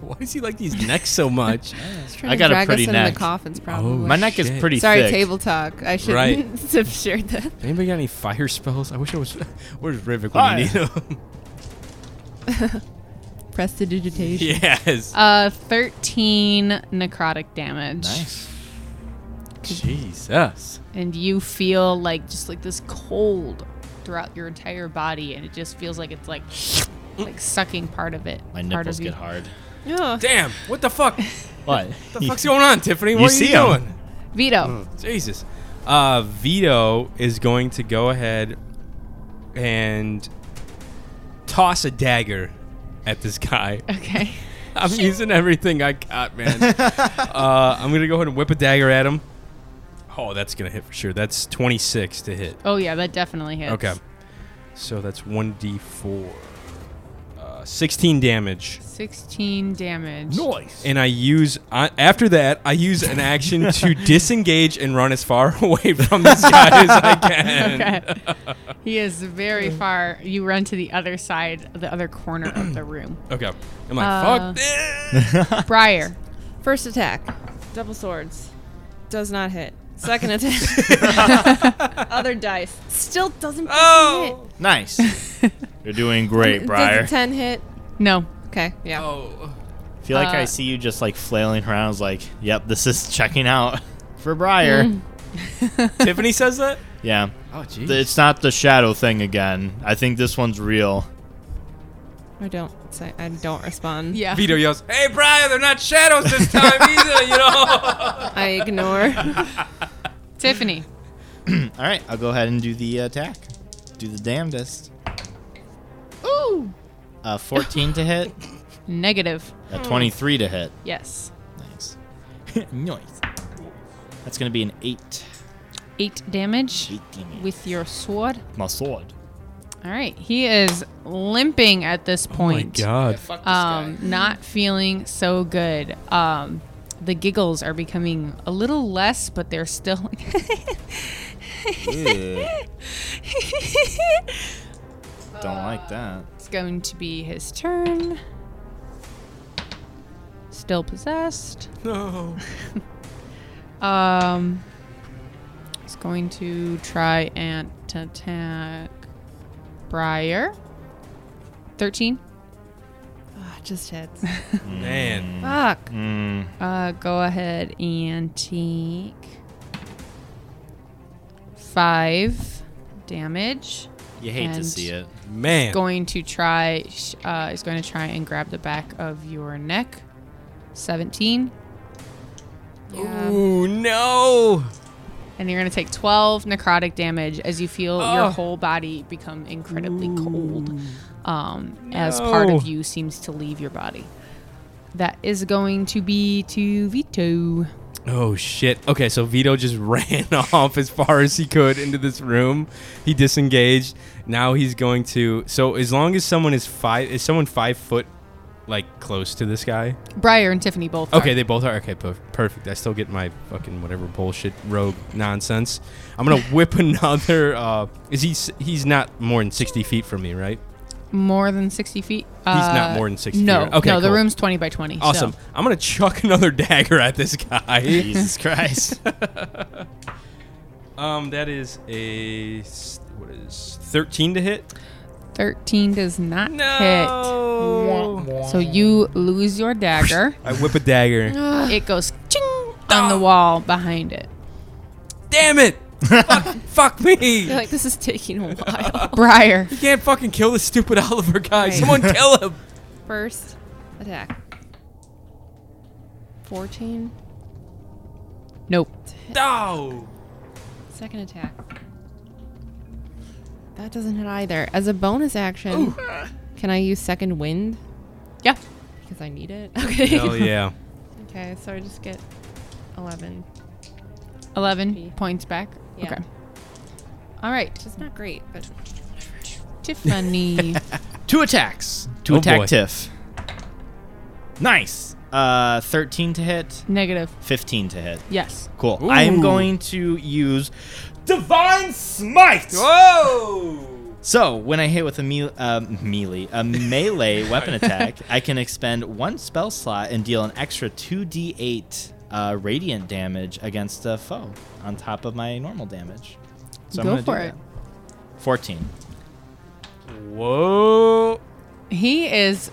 E: Why does he like these necks so much?
B: I got a
D: drag
B: pretty
D: us
B: neck.
D: Into the coffins, probably.
B: My neck
E: shit.
B: is pretty
D: Sorry,
B: thick.
D: table talk. I shouldn't
E: Right.
D: have shared that.
E: Anybody got any fire spells? I wish I was. Where's Rivik when
B: Fire.
E: you need him?
D: Prestidigitation.
E: yes.
C: Uh, 13 necrotic damage.
B: Nice.
E: Jesus.
C: And you feel like just like this cold throughout your entire body, and it just feels like it's like like sucking part of it.
B: My
C: part
B: nipples
C: of you.
B: get hard.
D: Yeah.
E: Damn. What the fuck?
B: What?
E: the fuck's going on, Tiffany? What are
B: see
E: you
B: him.
E: doing?
C: Vito,
E: Jesus. Uh, Vito is going to go ahead and toss a dagger at this guy.
C: Okay.
E: I'm using everything I got, man. uh, I'm gonna go ahead and whip a dagger at him. Oh, that's gonna hit for sure. That's 26 to hit.
C: Oh yeah, that definitely hits.
E: Okay, so that's 1d4, uh, 16 damage,
C: 16 damage.
G: Noise.
E: and I use I, after that I use an action to disengage and run as far away from this guy as I can.
C: Okay. he is very far. You run to the other side, the other corner of the room.
E: Okay, I'm like
C: Uh,
E: fuck this.
C: Briar.
D: First attack, double swords, does not hit. Second attack, other dice, still doesn't fucking hit.
E: Oh.
B: Nice. You're doing great, Briar.
D: Does a ten hit?
C: No.
D: Okay, yeah.
E: Oh.
B: I feel like I
C: Uh,
B: see you just like flailing around. I was like, yep, this is checking out for Briar.
C: Mm.
E: Tiffany says that.
B: Yeah.
E: Oh jeez.
B: Th- It's not the shadow thing again. I think this one's real.
D: I don't say. I don't respond.
C: Yeah.
E: Vito yells, "Hey, Briar, they're not shadows this time either, you know."
D: I ignore.
C: Tiffany.
B: All right, I'll go ahead and do the attack. Do the damnedest.
C: Ooh.
B: Uh, 14 to hit,
C: Negative.
B: a 23 to hit.
C: Yes.
B: Nice. nice. That's going to be an 8.
C: Eight damage
B: 8 damage.
C: with your sword.
B: my sword.
C: All right. He is limping at this point.
E: Oh God.
C: um, not feeling so good. Um, the giggles are becoming a little less, but they're still.
B: Don't like that.
C: it's going to be his turn. Still possessed.
E: No.
C: Um, he's going to try and t- attack Briar. 13.
D: Ah, just hits.
E: Man.
D: Fuck.
B: Mm,
C: Uh, go ahead and take five damage.
B: you hate to
C: And-
B: see it.
E: Man.
C: Going to try. sh- Uh, is going to try and grab the back of your neck. Seventeen,
E: Ooh, no.
C: and you're going to take twelve necrotic damage as you feel your
E: Oh.
C: whole body become incredibly cold. Um, as part of
E: No.
C: you seems to leave your body. That is going to be to Vito.
E: Oh shit. Okay, so Vito just ran off as far as he could into this room. He disengaged. Now he's going to. So as long as someone is five, is someone five foot, like close to this guy?
C: Briar and Tiffany both.
E: Okay,
C: are.
E: they both are. Okay, perf- perfect. I still get my fucking whatever bullshit rogue nonsense. I'm gonna whip another. Uh, is he? s- He's not more than sixty feet from me, right?
C: more than 60 feet. He's
E: not more than 60 feet,
C: No,
E: right? Okay,
C: no, the
E: cool.
C: room's 20 by 20. so-
E: Awesome. I'm gonna chuck another dagger at this guy.
B: Jesus Christ.
E: um, that is a s- what is thirteen to hit?
C: 13 does not
E: No.
C: hit. So you lose your dagger.
E: I whip a dagger.
C: it goes ching
E: Ah.
C: on the wall behind it.
E: Damn it! fuck, fuck me!
D: You're like this is taking a while.
C: Briar.
E: You can't fucking kill this stupid Oliver guy.
D: Right.
E: Someone kill him.
D: First attack. Fourteen.
C: Nope.
E: No.
D: Second attack. That doesn't hit either. As a bonus action, can I use second wind
C: Yeah.
D: because I need it? Okay.
E: Hell yeah.
D: Okay, so I just get eleven.
C: 11 points back.
D: Yeah.
C: Okay. All right.
D: It's not great, but
C: Tiffany.
B: Two attacks. Two
E: Oh,
B: attack
E: boy.
B: Tiff. Nice. Uh, 13 to hit,
C: Negative.
B: 15 to hit.
C: Yes.
B: Cool. I am
E: Ooh.
B: going to use Divine Smite.
E: Whoa!
B: So when I hit with a me- uh, melee, a melee weapon attack, I can expend one spell slot and deal an extra two d8 uh, radiant damage against the foe on top of my normal damage. So
C: Go
B: I'm gonna
C: for
B: do
C: it.
B: That. Fourteen.
E: Whoa!
C: He is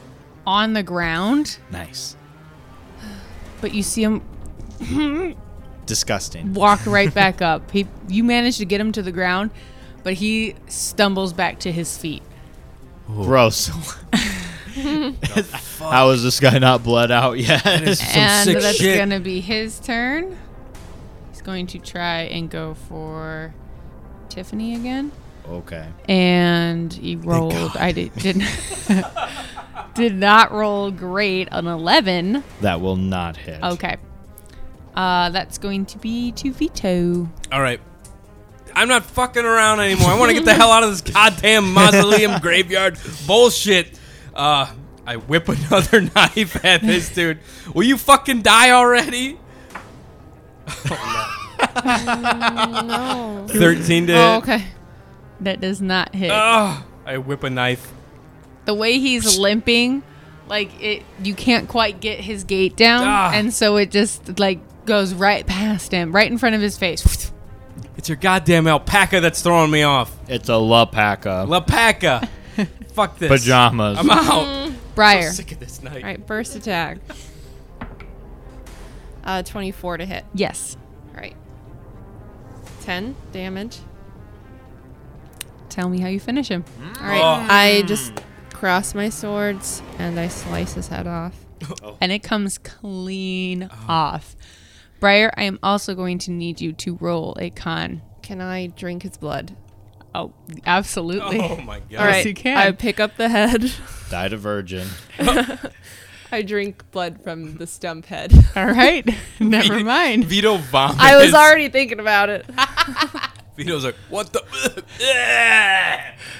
C: on the ground,
B: Nice.
C: but you see him
B: Disgusting.
C: walk right back up. He, you manage to get him to the ground, but he stumbles back to his feet.
B: Gross. How is this guy not bled out yet?
E: Some
C: and
E: sick
C: that's
E: shit.
C: gonna be his turn. He's going to try and go for Tiffany again.
B: Okay.
C: And he rolled. I did, didn't. did not roll great. An 11.
B: That will not hit.
C: Okay. Uh, that's going to be to veto.
E: All right. I'm not fucking around anymore. I want to get the hell out of this goddamn mausoleum graveyard bullshit. Uh, I whip another knife at this dude. Will you fucking die already?
D: Oh, No.
E: 13 to
D: Oh,
E: hit.
D: okay.
C: That does not hit.
E: Ugh. I whip a knife.
C: the way he's limping, like it, you can't quite get his gait down,
E: Ah.
C: and so it just like goes right past him, right in front of his face.
E: It's your goddamn alpaca that's throwing me off.
B: It's a Lapaca.
E: Alpaca. Fuck this.
B: Pajamas.
E: I'm out.
C: Briar,
E: Sick of this night.
D: Mm-hmm. All right, burst attack. Uh, 24 to hit.
C: yes.
D: All right. 10 damage.
C: Tell me how you finish him.
D: All right.
C: Mm.
E: Oh.
D: I just cross my swords and I slice his head off. Mm.
C: and it comes clean off. Briar, I am also going to need you to roll a con.
D: Can I drink his blood?
C: Oh, absolutely.
E: Oh my god.
D: All right.
C: you can.
D: I pick up the head.
B: Died a virgin.
D: I drink blood from the stump head.
C: All right. Never mind.
E: Vito vomits.
D: I was already thinking about it.
E: Vito's like, what the?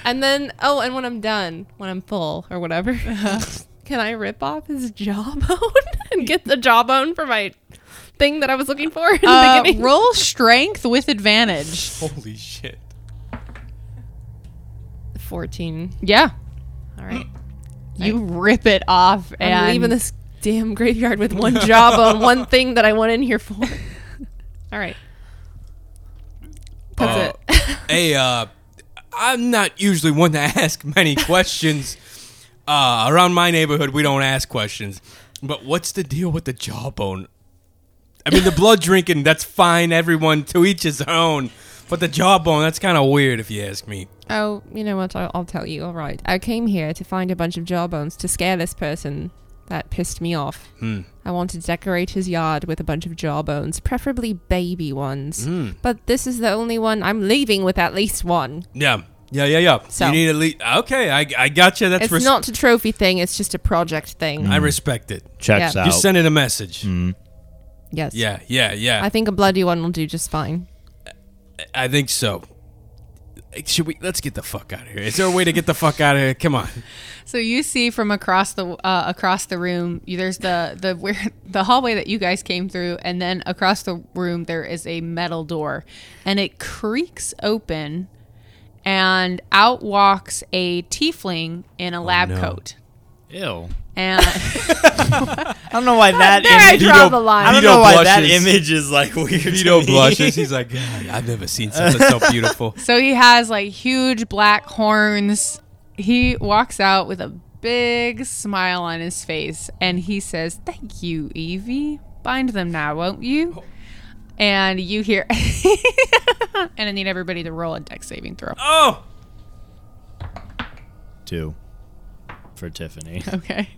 D: And then, oh, and when I'm done, when I'm full or whatever, can I rip off his jawbone and get the jawbone for my thing that I was looking for in the
C: Uh,
D: beginning?
C: roll strength with advantage.
E: Holy shit.
D: 14.
C: Yeah.
D: All right.
C: You rip it off and
D: I'm leaving this damn graveyard with one jawbone, one thing that I went in here for. All right. That's it.
E: Hey, uh, I'm not usually one to ask many questions. uh, around my neighborhood, we don't ask questions. But what's the deal with the jawbone? I mean, the blood drinking, that's fine, everyone, to each his own. But the jawbone, that's kind of weird if you ask me.
D: Oh, you know what? I'll, I'll tell you. All right. I came here to find a bunch of jawbones to scare this person. That pissed me off. I wanted to decorate his yard with a bunch of jawbones, preferably baby ones. But this is the only one I'm leaving with at least one.
E: Yeah. Yeah, yeah, yeah.
D: So-
E: You need at least. Okay, I, I gotcha. That's
D: it's
E: res- Mm.
D: not a trophy thing, it's just a project thing.
E: I respect it.
B: Checks
D: Yeah.
B: out.
E: You sent it a message.
D: yes.
E: Yeah, yeah, yeah.
D: I think a bloody one will do just fine.
E: I think so. Should we? Let's get the fuck out of here. Is there a way to get the fuck out of here? Come on.
C: So you see from across the uh, across the room, you, there's the the where the hallway that you guys came through, and then across the room there is a metal door, and it creaks open, and out walks a tiefling in a lab
E: no.
C: coat,
B: Ew.
C: and
B: I don't know why that
D: there I
B: image.
D: draw the line.
B: I don't
E: Vito
B: know why that
E: blushes.
B: image is like weird.
E: Vito
B: to me.
E: blushes. He's like, "God, I've never seen something so beautiful.
C: so he has like huge black horns. He walks out with a big smile on his face, and he says, "Thank you, Evie. Bind them now, won't you?" And you hear, and I need everybody to roll a deck saving throw.
E: Oh,
B: Two for Tiffany.
C: Okay.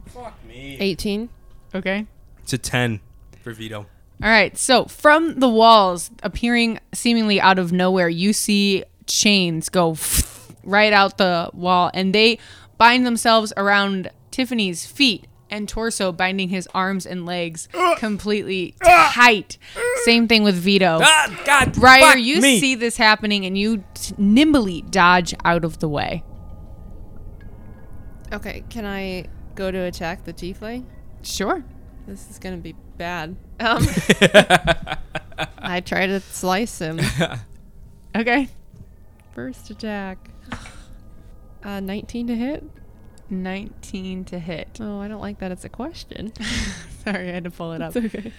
D: 18.
C: Okay.
E: it's a ten for Vito.
C: All right. So from the walls, appearing seemingly out of nowhere, you see chains go right out the wall, and they bind themselves around Tiffany's feet and torso, binding his arms and legs
E: Uh.
C: completely tight. Same thing with Vito.
E: Ah, God,
C: Briar,
E: fuck
C: you
E: me.
C: see this happening, and you t- nimbly dodge out of the way.
D: Okay, can I go to attack the tiefling?
C: Sure.
D: This is gonna be bad. Um, I try to slice him.
C: Okay.
D: First attack. Uh, 19 to hit?
C: 19 to hit.
D: Oh, I don't like that. It's a question.
C: Sorry, I had to pull it up.
D: okay.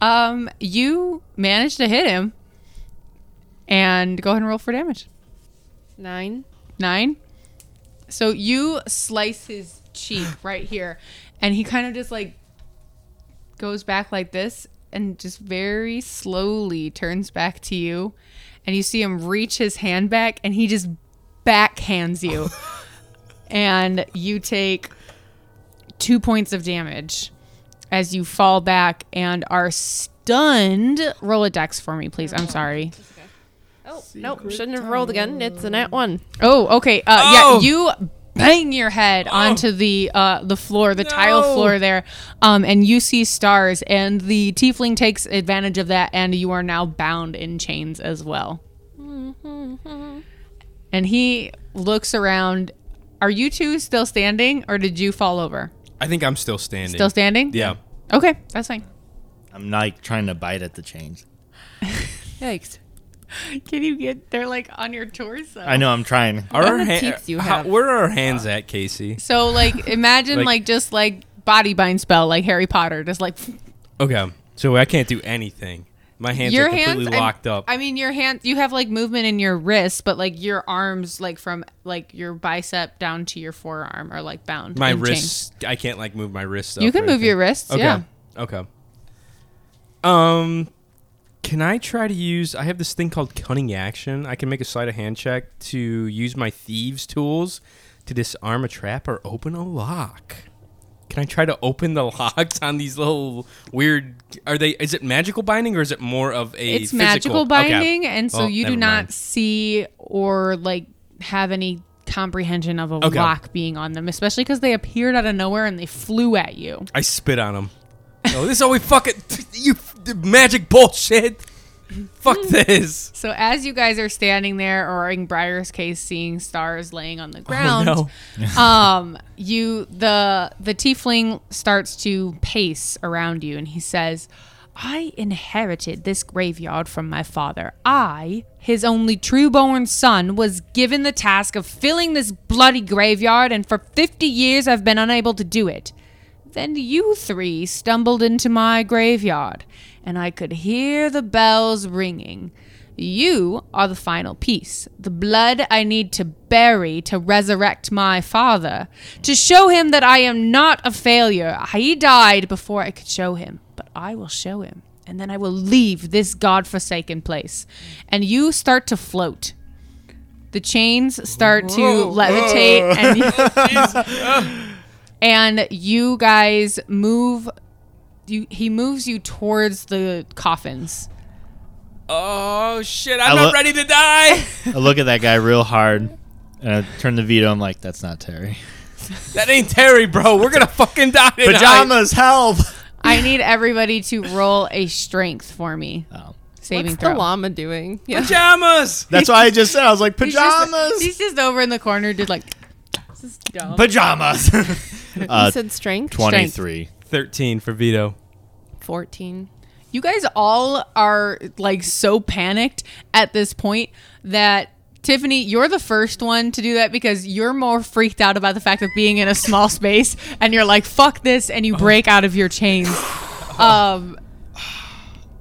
C: Um, you managed to hit him, and go ahead and roll for damage.
D: Nine.
C: Nine. So you slice his cheek right here, and he kind of just like goes back like this, and just very slowly turns back to you, and you see him reach his hand back, and he just backhands you, and you take two points of damage as you fall back and are stunned stunned. Roll a dex for me, please. I'm sorry.
D: Oh, nope. Shouldn't have rolled again. It's a nat one.
C: Oh, okay. Uh,
E: Oh!
C: Yeah, you bang your head onto the uh, the floor, the tile
E: No!
C: floor there, um, and you see stars. And the tiefling takes advantage of that, and you are now bound in chains as well. And he looks around. Are you two still standing, or did you fall over?
E: I think I'm still standing.
C: Still standing?
E: Yeah.
C: Okay, that's fine.
B: I'm not trying to bite at the chains.
D: Yikes.
C: Can you get? They're like on your torso.
B: I know I'm trying.
E: Are
D: What
E: our
D: other
E: ha-
D: teeth do you
E: how-
D: have?
E: where are our hands at, Casey?
C: So like, imagine
E: Like-
C: like, just like body bind spell, like Harry Potter, just like
E: Okay, so I can't do anything. My hands
C: your
E: are completely
C: hands I'm-
E: locked up.
C: I mean, your hand. You have like movement in your wrist, but like your arms, like from like your bicep down to your forearm, are like bound.
E: my
C: and chained.
E: wrists. I can't like move my wrists.
C: You
E: up
C: can
E: or
C: move your wrists.
E: anything.
C: Yeah.
E: Okay. Okay. Um, can I try to use? I have this thing called cunning action. I can make a sleight of hand check to use my thieves' tools to disarm a trap or open a lock. Can I try to open the locks on these little weird? Are they? Is it magical binding or is it more of a?
C: It's
E: physical-
C: magical
E: Okay.
C: binding, and so
E: Well,
C: you do
E: never
C: not
E: mind.
C: see or like have any comprehension of a
E: Okay.
C: lock being on them, especially because they appeared out of nowhere and they flew at you.
E: I spit on him. Oh, this is all we fucking you the magic bullshit. Fuck this.
C: So as you guys are standing there, or in Briar's case, seeing stars laying on the ground,
E: no.
C: um, you the the tiefling starts to pace around you, and he says, "I inherited this graveyard from my father. I, his only true-born son, was given the task of filling this bloody graveyard, and for fifty years I've been unable to do it." Then you three stumbled into my graveyard, and I could hear the bells ringing. You are the final piece, the blood I need to bury to resurrect my father, to show him that I am not a failure. He died before I could show him, but I will show him, and then I will leave this godforsaken place. And you start to float. The chains start to levitate, and you and you guys move you he moves you towards the coffins
E: Oh shit! I'm
B: I
E: not
B: lo-
E: ready to die.
B: I look at that guy real hard and I turn the veto. I'm like, that's not Terry.
E: that ain't Terry, bro. We're gonna fucking die tonight.
B: Pajamas, help!
C: i need everybody to roll a strength for me
B: Oh.
C: saving
D: What's
C: throw
D: the llama doing? Yeah.
E: Pajamas.
B: That's why I just said. I was like,
C: He's just-
B: pajamas!
C: he's just over in the corner did like
B: pajamas!
D: you
B: uh,
D: said strength?
B: 23.
E: Thirteen for Vito.
D: 14.
C: you guys all are like so panicked at this point that Tiffany, you're the first one to do that because you're more freaked out about the fact of being in a small space and you're like, fuck this, and you break out of your chains. Um,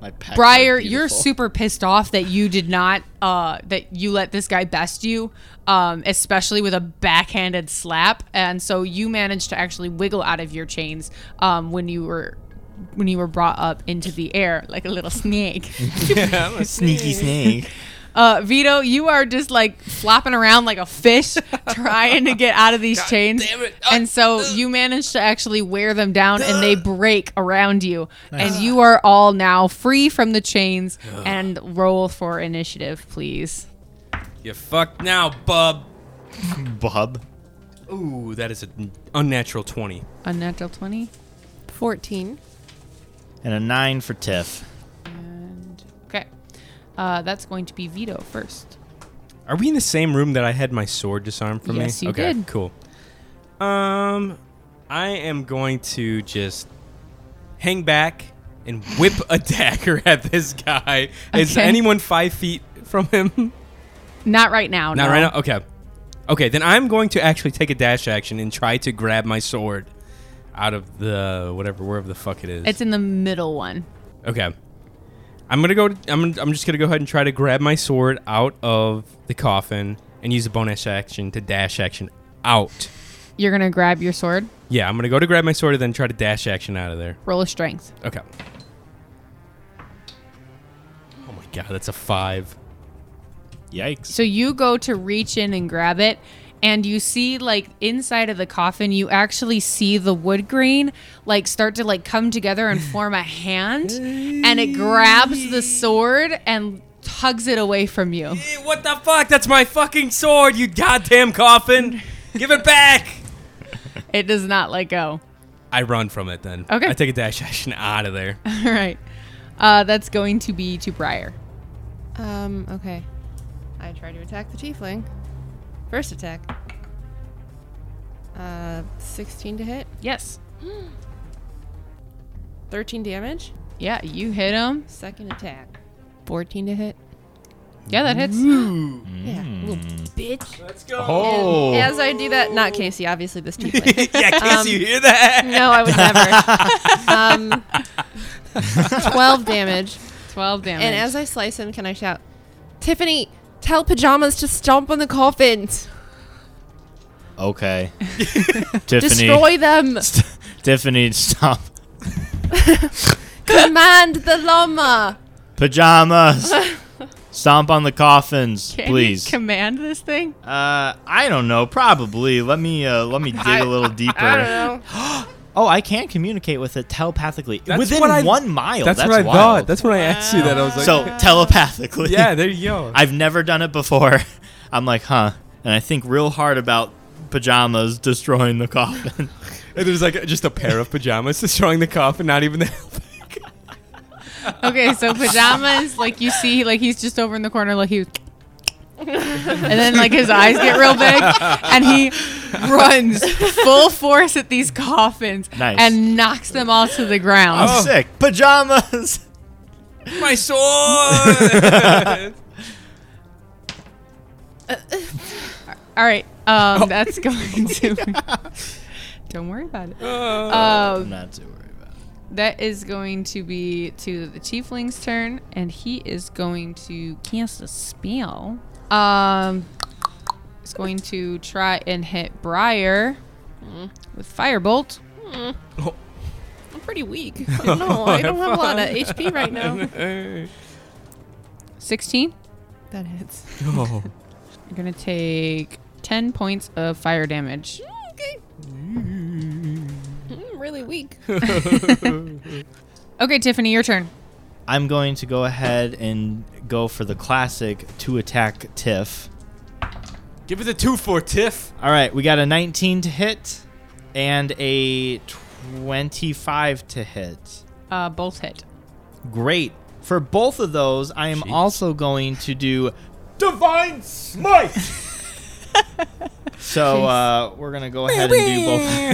B: My pecs are
C: Briar, you're
B: beautiful.
C: super pissed off that you did not uh that you let this guy best you, um, especially with a backhanded slap. And so you managed to actually wiggle out of your chains um when you were when you were brought up into the air like a little snake.
B: sneaky snake.
C: Uh Vito, you are just like flopping around like a fish trying to get out of these chains.
E: damn it. Uh,
C: and so you manage to actually wear them down and they break around you. And you are all now free from the chains and roll for initiative, please.
E: You fucked now, bub.
B: Bub.
E: Ooh, that is an unnatural twenty.
C: Unnatural 20.
D: 14.
B: And a 9 for Tiff.
C: And okay. Uh, that's going to be Vito first.
E: Are we in the same room that I had my sword disarmed from me?
C: Yes, you
E: okay,
C: did.
E: Cool. Um, I am going to just hang back and whip a dagger at this guy. Is
C: Okay.
E: anyone five feet from him?
C: Not right now.
E: Not
C: no.
E: right now. Okay. Okay, then I'm going to actually take a dash action and try to grab my sword out of the whatever, wherever the fuck it is.
C: It's in the middle one.
E: Okay. I'm gonna go. I'm, I'm just gonna go ahead and try to grab my sword out of the coffin and use a bonus action to dash action out.
C: You're going to grab your sword,
E: Yeah, I'm gonna go to grab my sword and then try to dash action out of there.
C: roll a strength.
E: Okay. Oh my god, that's a five.
B: Yikes.
C: So you go to reach in and grab it, and you see like inside of the coffin you actually see the wood grain like start to like come together and form a hand and it grabs the sword and tugs it away from you
E: Hey, what the fuck? That's my fucking sword, you goddamn coffin! Give it back!
C: it does not let go
E: I run from it then.
C: Okay.
E: I take a dash action out of there.
C: all right uh, that's going to be to briar
D: Um, okay. I try to attack the tiefling. First attack. Uh, 16 to hit,
C: yes
D: 13 damage.
C: yeah you hit him
D: Second attack. 14 to hit.
C: yeah that hits
D: Mm-hmm. Yeah, little bitch.
E: Let's go!
B: Oh.
D: As I do that, not Casey, obviously, this tiefling.
E: yeah, in case
D: Um,
E: you hear that.
D: no, I would never. um, 12 damage.
C: 12 damage
D: And as I slice him, can I shout, Tiffany, tell pajamas to stomp on the coffins.
B: Okay. Tiffany.
D: Destroy them.
B: Tiffany, stop.
D: Command the llama.
B: Pajamas. Stomp on the coffins,
C: Can you
B: please.
C: command this thing
B: uh, I don't know. Probably. Let me uh, let me dig a little deeper.
D: know.
B: Oh, I can communicate with it telepathically
E: That's
B: within
E: what I-
B: one mile.
E: That's,
B: That's,
E: what I
B: wild.
E: thought. That's when I asked you that. I was like,
B: so telepathically.
E: yeah, there you go.
B: I've never done it before. I'm like, huh? And I think real hard about pajamas destroying the coffin.
E: And there's like just a pair of pajamas destroying the coffin, not even the helmet.
C: Okay, so pajamas, like you see, like he's just over in the corner, like he. and then like his eyes get real big, and he runs full force at these coffins
B: Nice.
C: and knocks them all to the ground.
E: Oh.
B: Sick pajamas.
E: My sword!
C: All right, um, that's going to. Don't worry about it. Um,
B: Not to worry about.
C: that is going to be to the tiefling's turn, and he is going to cast a spell. Um, is going to try and hit Briar Mm-hmm. with Firebolt.
D: I'm pretty weak. I don't know. I don't have a lot of HP right now.
C: 16.
D: That hits.
E: oh.
C: You're going to take 10 points of fire damage.
D: Okay. I'm really weak.
C: Okay, Tiffany, your turn.
B: I'm going to go ahead and go for the classic to attack Tiff.
E: Give it the two for Tiff.
B: All right, we got a 19 to hit and a 25 to hit.
C: Uh, both hit.
B: Great. For both of those, I am also going to do
E: Divine Smite!
B: So uh, we're gonna go ahead and do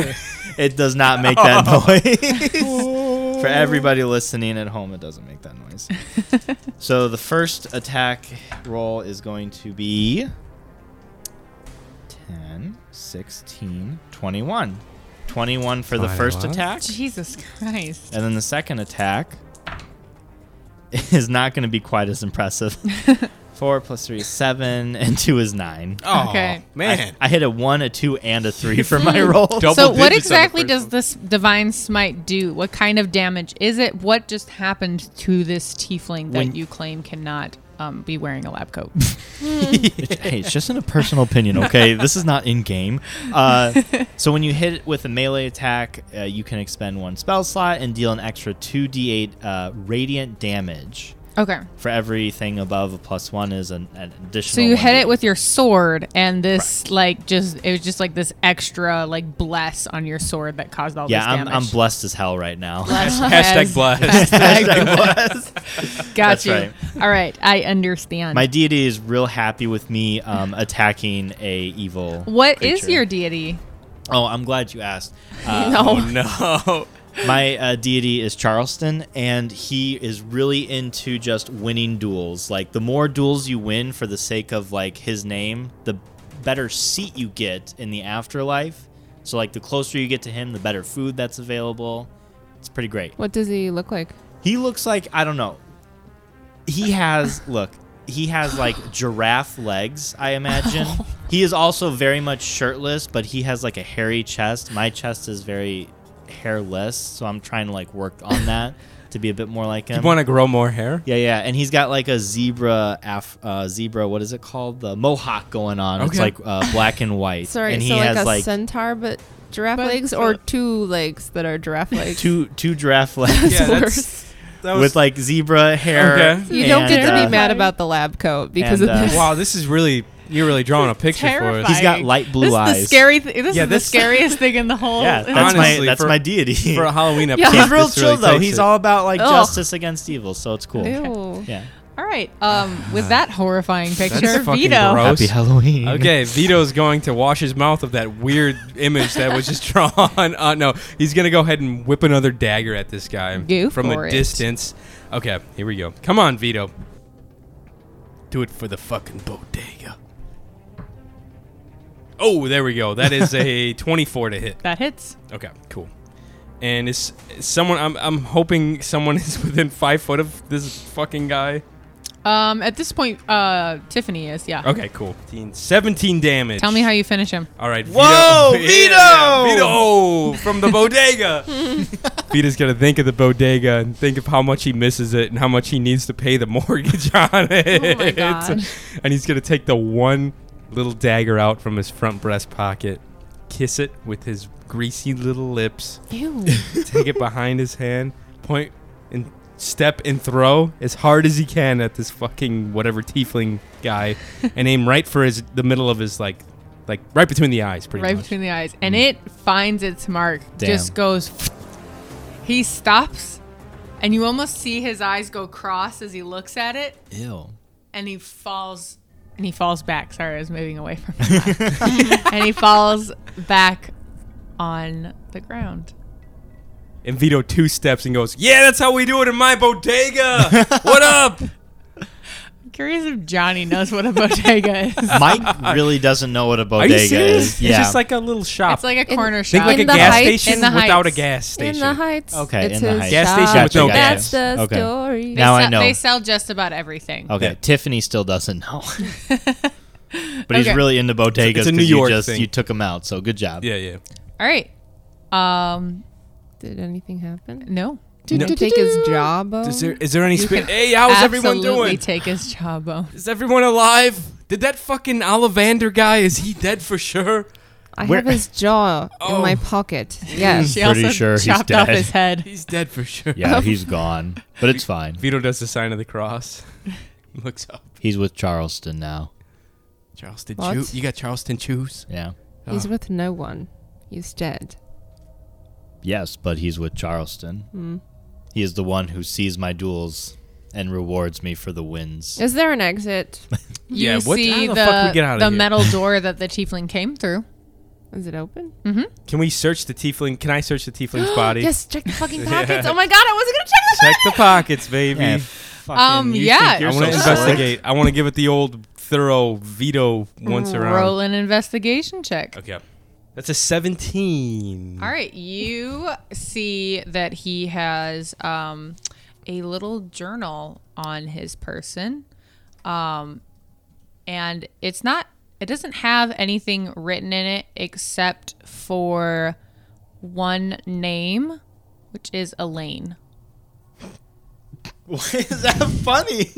B: both. it does not make that noise. For everybody listening at home, it doesn't make that noise. so the first attack roll is going to be 10, 16, 21. 21 for the first
E: 21.
B: attack.
C: Jesus Christ.
B: And then the second attack is not going to be quite as impressive. 4 plus 3 is 7, and 2 is 9.
E: Oh,
C: Okay.
E: man.
B: I, I hit a one, a two, and a three for my roll.
E: Double
C: so, what
E: digits on the
C: exactly
E: first
C: does
E: one.
C: this divine smite do? What kind of damage is it? What just happened to this tiefling that
B: When-
C: you claim cannot um, be wearing a lab coat?
B: hey, it's just in a personal opinion, okay? This is not in game. Uh, so when you hit it with a melee attack, uh, you can expend one spell slot and deal an extra two d8 uh, radiant damage.
C: okay.
B: For everything above a plus one is an, an additional.
C: So, you
B: one
C: hit it
B: d8.
C: with your sword, and this, like, just, it was just like this extra, like, bless on your sword that caused all
B: Yeah,
C: this
B: I'm,
C: damage.
B: I'm blessed as hell right now.
E: Hashtag blast.
C: Got
B: That's
C: you.
B: right.
C: All right. I understand.
B: My deity is real happy with me um, attacking a evil.
C: What is
B: creature.
C: your deity?
B: Oh, I'm glad you asked. Uh,
E: oh, no.
B: My uh, deity is Charleston, and he is really into just winning duels. Like, the more duels you win for the sake of, like, his name, the better seat you get in the afterlife. So, like, the closer you get to him, the better food that's available. It's pretty great.
D: What does he look like?
B: He looks like, I don't know. He has, look, he has, like, giraffe legs, I imagine. He is also very much shirtless, but he has, like, a hairy chest. My chest is very hairless, so I'm trying to like work on that to be a bit more like him.
E: You want to grow more hair?
B: yeah, yeah, and he's got like a zebra, af- uh, zebra. What is it called? The mohawk going on. It's
E: Okay.
B: like uh, black and white.
D: Sorry,
B: and he
D: so like
B: has
D: a
B: like
D: centaur, but giraffe
C: But-
D: legs, or two legs that are giraffe legs.
B: two two giraffe legs
E: Yeah, that's- That
B: with like zebra hair.
E: Okay.
D: You don't
B: and,
D: get to
B: uh,
D: be mad about the lab coat because
B: and,
D: of
B: uh,
D: this.
E: wow, this is really you're really drawing a picture for us.
B: He's got light blue
C: this Is
B: eyes.
C: the scary. Th- this
E: Yeah,
C: is
E: this-
C: the scariest thing in the whole.
B: Yeah, that's my
E: Oh, Honestly,
B: that's
E: for-
B: my deity.
E: For a Halloween
D: Yeah.
E: episode,
B: He's real
E: this
B: chill
E: really
B: though.
E: takes
B: He's
E: it.
B: all about like
D: Ugh.
B: justice against evil, so it's cool.
D: Ew.
B: Yeah.
C: All right. Um,
B: Uh,
C: with that horrifying picture,
E: fucking
C: Vito.
E: gross.
B: Happy Halloween.
E: Okay, Vito's going to wash his mouth of that weird image that was just drawn. Uh, no, he's going to go ahead and whip another dagger at this guy
C: Go
E: from
C: for
E: a
C: it.
E: distance. Okay, here we go. Come on, Vito. Do it for the fucking bodega. Oh, there we go. That is a 24 to hit.
C: That hits.
E: Okay, cool. And is is someone? I'm I'm hoping someone is within five foot of this fucking guy.
C: Um, at this point, uh, Tiffany is yeah.
E: Okay, cool. 17 damage.
C: Tell me how you finish him.
E: All right. Vito.
B: Whoa,
E: Yeah,
B: Vito!
E: Vito from the bodega. Vito's gonna think of the bodega and think of how much he misses it and how much he needs to pay the mortgage on it.
C: Oh God.
E: And he's gonna take the one little dagger out from his front breast pocket, kiss it with his greasy little lips,
D: Ew.
E: take it behind his hand, point and step and throw as hard as he can at this fucking whatever tiefling guy, and aim right for his the middle of his like, like right between the eyes, pretty
C: right
E: much.
C: between the eyes, and it finds its mark.
B: Mm. Damn.
C: Just goes. He stops, and you almost see his eyes go cross as he looks at it,
B: Ew.
C: and he falls. And he falls back. Sorry, I was moving away from. him. and he falls back on the ground.
E: and Vito two steps and goes, "Yeah, that's how we do it in my bodega. what up?"
C: I'm curious if Johnny knows what a bodega is.
B: Mike really doesn't know what a
E: Are you
B: bodega
E: serious?
B: is. Yeah.
E: It's just like a little shop.
C: It's like a
D: In-
C: corner
E: think
C: shop.
E: like a
D: In the
E: gas
D: Heights.
E: station
C: In the
E: without a
C: Heights.
E: gas station.
D: In the heights.
B: Okay,
D: it's
B: in the
D: his
B: Heights.
E: Gas station
D: shop.
E: with no Gotcha,
D: That's
E: gas.
D: the
B: Okay.
D: story.
B: Now I
C: sell-
B: know. Oh.
C: They sell just about everything.
B: okay,
E: Yeah.
B: Tiffany still doesn't know. but he's
C: Okay.
B: really into bodegas
E: it's
B: 'cause
E: a New York
B: you just
E: thing.
B: you took him out, so good job.
E: yeah, yeah.
C: All right. Um,
D: Did anything happen?
C: no.
D: Did
E: No.
D: you take his jawbone?
E: Is there is there any? Spe-
C: can
E: hey, how's everyone
C: Absolutely
E: doing?
C: take his jawbone.
E: is everyone alive? Did that fucking Ollivander guy? Is he dead for sure?
D: I
B: Where-
D: have his jaw
E: Oh.
D: in my pocket. Yes.
C: She
B: Pretty
C: also
B: sure he's
C: chopped off
B: dead.
C: his head.
E: He's dead for sure.
B: Yeah, he's gone. But it's fine.
E: Vito does the sign of the cross. Looks up.
B: He's with Charleston now.
E: Charleston
D: What?
E: Chew. You got Charleston Chews?
B: Yeah.
D: He's with no one. He's dead.
B: Yes, but he's with Charleston.
D: Hmm.
B: He is the one who sees my duels and rewards me for the wins.
D: Is there an exit?
C: You
E: Yeah, what-
C: see
E: how the
C: the,
E: fuck we get outta
C: the
E: here?
C: metal door that the tiefling came through.
D: Is it open?
E: Can we search the tiefling? Can I search the tiefling's body?
D: Yes, check the fucking pockets. Oh my god, I wasn't gonna check the
E: Check the pockets, baby.
B: Yeah,
C: Um, yeah.
E: I
B: you're
E: want to
B: so
E: investigate. I want to give it the old thorough veto once
C: Roll an
E: around.
C: investigation check.
E: Okay, that's a seventeen.
C: All right, you see that he has um, a little journal on his person, um, and it's not. It doesn't have anything written in it except for one name, which is Elaine.
B: Why is that funny?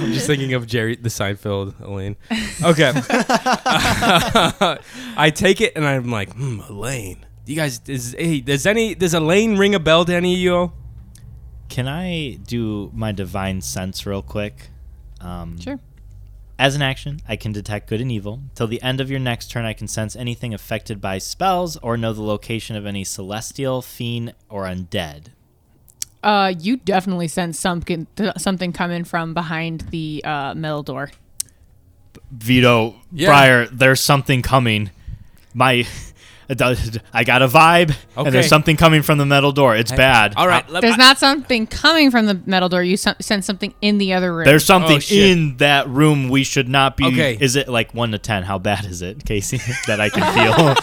E: I'm just thinking of Jerry the Seinfeld Elaine. Okay, I take it and I'm like, hmm, Elaine. You guys, is hey, does any does Elaine ring a bell to any of you?
B: Can I do my divine sense real quick? Um,
C: Sure.
B: As an action, I can detect good and evil. Till the end of your next turn, I can sense anything affected by spells or know the location of any celestial, fiend, or undead.
C: Uh, you definitely sense something something coming from behind the uh, metal door.
B: Vito,
E: Yeah.
B: Briar, there's something coming. My, I got a vibe, and
E: Okay.
B: there's something coming from the metal door. It's bad.
E: All right, let-
C: There's not something coming from the metal door. You sen- sense something in the other room.
B: There's something
E: Oh, shit.
B: in that room we should not be.
E: Okay.
B: Is it like one to ten? How bad is it, Casey? that I can feel.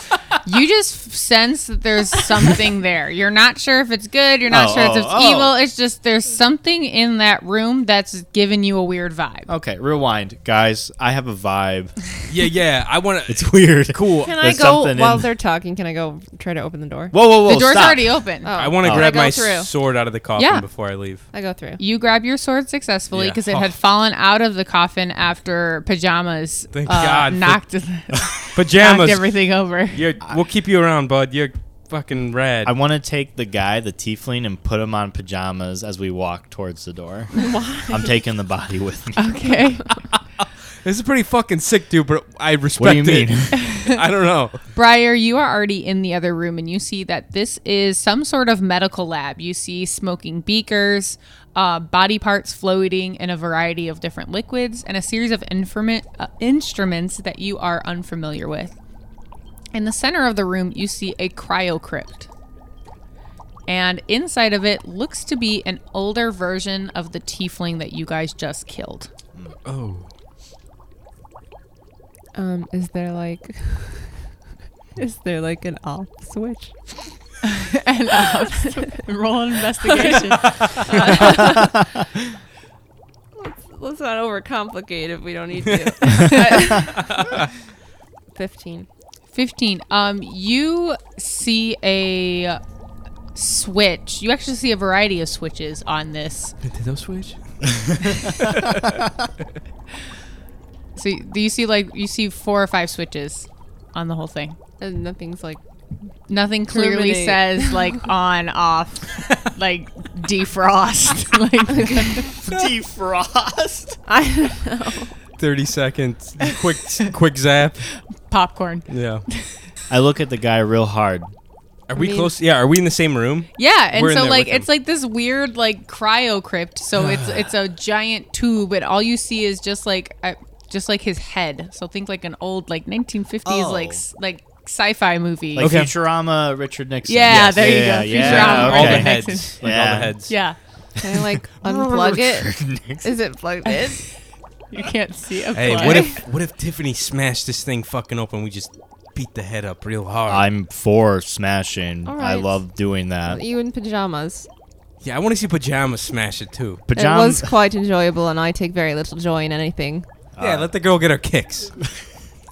C: You just f- sense that there's something there. You're not sure if it's good. You're not
B: Oh,
C: sure if
B: oh,
C: it's
B: oh.
C: evil. It's just there's something in that room that's giving you a weird vibe.
E: Oh,
B: Okay, rewind, guys. I have a vibe.
E: Yeah, yeah. I want to.
B: It's weird.
E: Cool.
D: Can
B: There's
D: I go
B: something
D: while
B: in-
D: they're talking? Can I go try to open the door?
B: Whoa, whoa, whoa!
C: the door's
B: stop.
C: already open.
E: I want to
B: Oh.
E: grab
D: Can I
E: my
D: go through?
E: sword out of the coffin
C: Yeah.
E: before I leave.
D: I go through.
C: You grab your sword successfully
E: Yeah.
C: because it
E: Oh.
C: had fallen out of the coffin after pajamas
E: Thank
C: uh,
E: God for-
C: knocked, knocked
E: Pajamas.
C: everything over.
E: You're, we'll keep you around, bud. You're fucking rad.
B: I want to take the guy, the tiefling, and put him on pajamas as we walk towards the door. I'm taking the body with me.
C: Okay.
E: this is pretty fucking sick, dude. But I respect
B: What do you
E: it.
B: mean?
E: I don't know.
C: Briar, you are already in the other room and you see that this is some sort of medical lab. You see smoking beakers, uh, body parts floating in a variety of different liquids, and a series of informa- uh, instruments that you are unfamiliar with. In the center of the room, you see a cryo crypt. And inside of it looks to be an older version of the tiefling that you guys just killed.
E: Oh.
D: Um, is there like, is there like an off switch?
C: and um, roll an investigation.
D: Let's not overcomplicate if we don't need to. Fifteen.
C: 15 um you see a switch you actually see a variety of switches on this
E: Nintendo Switch?
C: so y- do you see like you see four or five switches on the whole thing
D: And nothing's like.
C: nothing clearly
D: Terminate.
C: says like on off like defrost like
B: Defrost.
D: I don't know.
E: 30 seconds. Quick quick zap.
C: popcorn
E: Yeah.
B: I look at the guy real hard.
E: Are we
D: mean-
E: close? Yeah, are we in the same room?
C: yeah and
E: We're in
C: so
E: there
C: like
E: with him.
C: it's like this weird like cryo crypt so it's it's a giant tube and all you see is just like uh, just like his head so think like an old like 1950s
B: Oh.
C: like s- like sci-fi movie
B: Like
E: Okay.
B: Futurama, Richard Nixon.
C: Yeah, there you
B: yeah,
C: go.
B: Yeah,
C: Futurama,
E: All the
C: Richard
B: okay.
E: heads.
C: Nixon.
E: Like all
B: Yeah.
E: the heads.
C: yeah
D: Can I like unplug it?
B: Nixon.
D: Is it plugged in?
C: You can't see a
E: Hey,
C: play.
E: what if what if Tiffany smashed this thing fucking open? We just beat the head up real hard.
B: I'm for smashing.
D: All
B: I
D: right.
B: love doing that.
D: You in pajamas.
E: yeah, I want to see pajamas smash it too.
D: It
B: Pajamas.
D: was quite enjoyable, and I take very little joy in anything.
B: Uh,
E: yeah, let the girl get her kicks.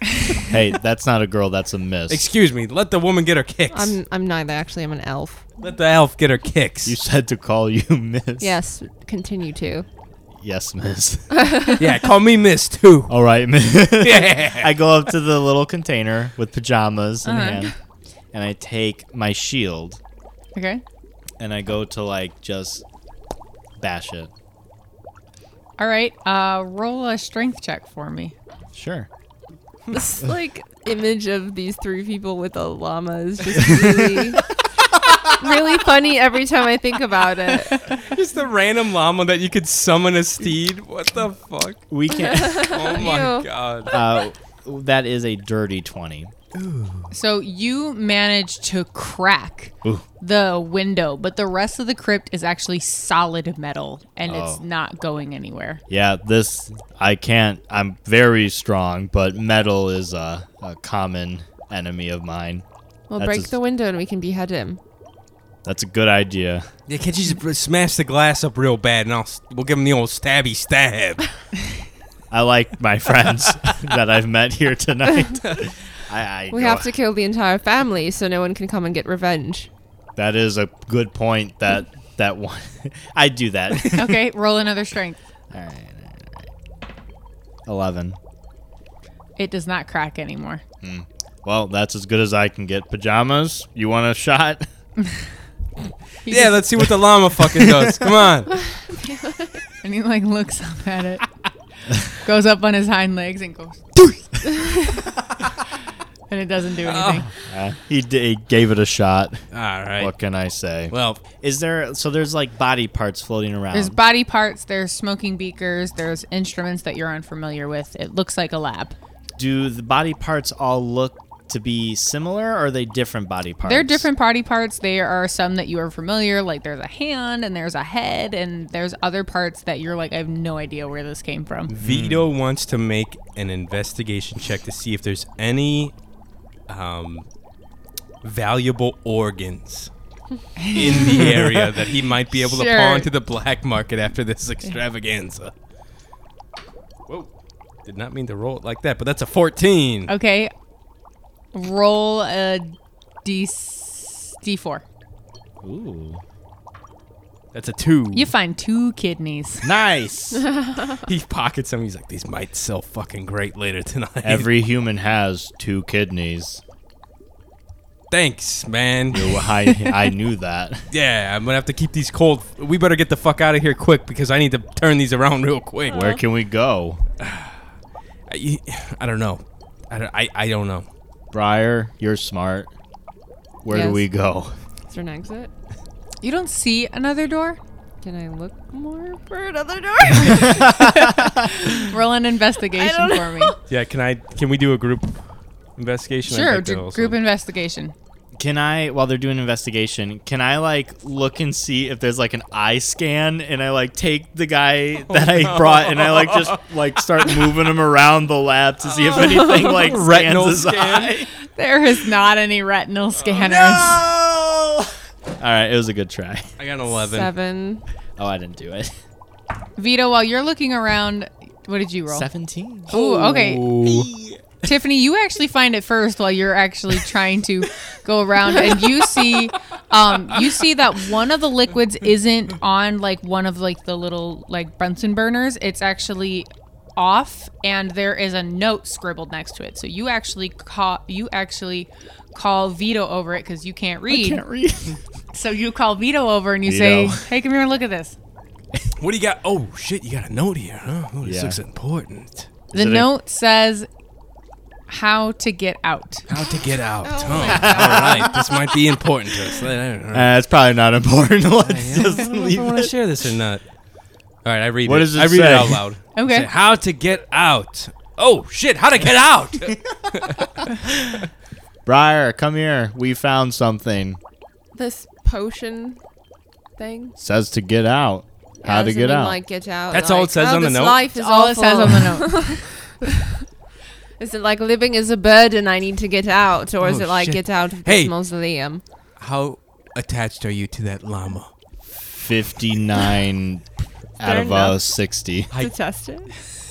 B: hey, that's not a girl. That's a miss.
E: Excuse me, let the woman get her kicks.
D: I'm I'm neither. Actually, I'm an elf.
E: let the elf get her kicks.
B: you said to call you miss.
D: Yes, continue to.
B: Yes, miss.
E: yeah, call me Miss too.
B: All right, miss.
E: Yeah.
B: I go up to the little container with pajamas in
C: Uh-huh.
B: hand, and I take my shield
C: Okay.
B: and I go to like just bash it.
C: All right. Uh, roll a strength check for me.
B: Sure.
D: This like image of these three people with a llama is just really, really funny every time I think about it.
E: Just a random llama that you could summon a steed. What the fuck?
B: We can.
E: Oh my
D: Ew.
E: god.
B: uh, that is a dirty twenty.
C: So you managed to crack
B: Ooh.
C: the window, but the rest of the crypt is actually solid metal, and it's
B: Oh.
C: not going anywhere.
B: Yeah, this I can't. I'm very strong, but metal is a, a common enemy of mine.
D: We'll
B: That's
D: break
B: his-
D: the window and we can behead him.
B: That's a good idea.
E: Yeah, can't you just smash the glass up real bad and I'll s- we'll give him the old stabby stab.
B: I like my friends that I've met here tonight. I, I
D: We
B: go-
D: have to kill the entire family so no one can come and get revenge.
B: That is a good point. That that one. I do that.
C: Okay. roll another strength.
B: Eleven.
C: It does not crack anymore.
B: Well, that's as good as I can get. Pajamas. You want a shot?
C: He
E: yeah,
C: just-
E: let's see what the llama fucking does. Come on.
C: and he like looks up at it, goes up on his hind legs, and goes. and it doesn't do anything.
B: Uh, he, d- he gave it a shot.
E: All right.
B: What can I say?
E: Well,
B: Is there so there's like body parts floating around?
C: There's body parts, there's smoking beakers, there's instruments that you're unfamiliar with. It looks like a lab.
B: Do the body parts all look to be similar, or are they different body parts?
C: They're different body parts. There are some that you are familiar, like there's a hand and there's a head, and there's other parts that you're like, I have no idea where this came from.
E: Vito wants to make an investigation check to see if there's any um, valuable organs in the area that he might be able to
C: Sure.
E: pawn to the black market after this extravaganza. Whoa. Did not mean to roll it like that, but that's a 14.
C: Okay. Roll a d d4.
B: Ooh.
E: That's a 2.
C: You find two kidneys.
B: Nice.
E: he pockets them. He's like, these might sell fucking great later tonight.
B: Every human has two kidneys.
E: Thanks, man.
B: Well, I, I knew that.
E: Yeah, I'm gonna have to keep these cold. We better get the fuck out of here quick because I need to turn these around real quick.
B: Where can we go?
E: I, I don't know. I don't, I, I don't know.
B: Briar, you're smart. Where do
D: Yes.
B: we go?
D: Is there an exit?
C: You don't see another door?
D: Can I look more for another door?
C: Roll an investigation
D: don't
C: for me.
E: Yeah, can I? Can we do a group investigation?
C: Sure, d- group investigation.
B: Can I, while they're doing investigation, can I like look and see if there's like an eye scan and I like take the guy
E: Oh,
B: that I brought and I like just like start moving him around the lab to see if anything like
E: Retinal
B: scans his
E: scan?
B: eye?
C: There is not any retinal scanners.
B: All right, it was a good try.
E: I got an eleven.
D: Seven.
B: Oh, I didn't do it.
C: Vito, while you're looking around, what did you roll?
B: Seventeen.
C: Ooh, okay. Tiffany, you actually find it first while you're actually trying to go around, and you see, um, you see that one of the liquids isn't on like one of like the little like Bunsen burners. It's actually off, and there is a note scribbled next to it. So you actually call you actually call Vito over it because you can't read.
B: Can't read.
C: So you call Vito over and you say,
B: Vito.
C: "Hey, come here and look at this."
E: What do you got? Oh shit, you got a note here, huh? Oh, this
B: Yeah.
E: looks important.
C: The
B: it a-
C: note says how to get out.
E: How to get
C: Oh
E: out? huh? All right, this might be important to us. I don't know.
B: Uh, it's probably not important. Let's just
E: I don't know if
B: leave
E: I want to
B: it.
E: share this or not. All right, I read
B: What
E: it.
B: does it
E: I read
B: say?
E: it out loud.
C: Okay.
E: It said, how to get out? Oh shit! How to get out?
B: Briar, come here. We found something.
D: This potion thing.
B: Says to get out. How to
D: does it
B: get
D: mean,
B: out.
D: Like get out.
E: That's all
D: like,
E: it says
D: oh,
E: on the
D: this
E: note?
D: Life is
C: That's all it says
D: awful.
C: on the note.
D: Is it like living is a burden? I need to get out, or is
E: Oh,
D: it like
E: shit.
D: get out of
E: Hey.
D: this mausoleum?
E: how attached are you to that llama?
B: 59 out
D: Fair
B: of
D: enough.
B: uh, 60.
E: I-
D: to test it.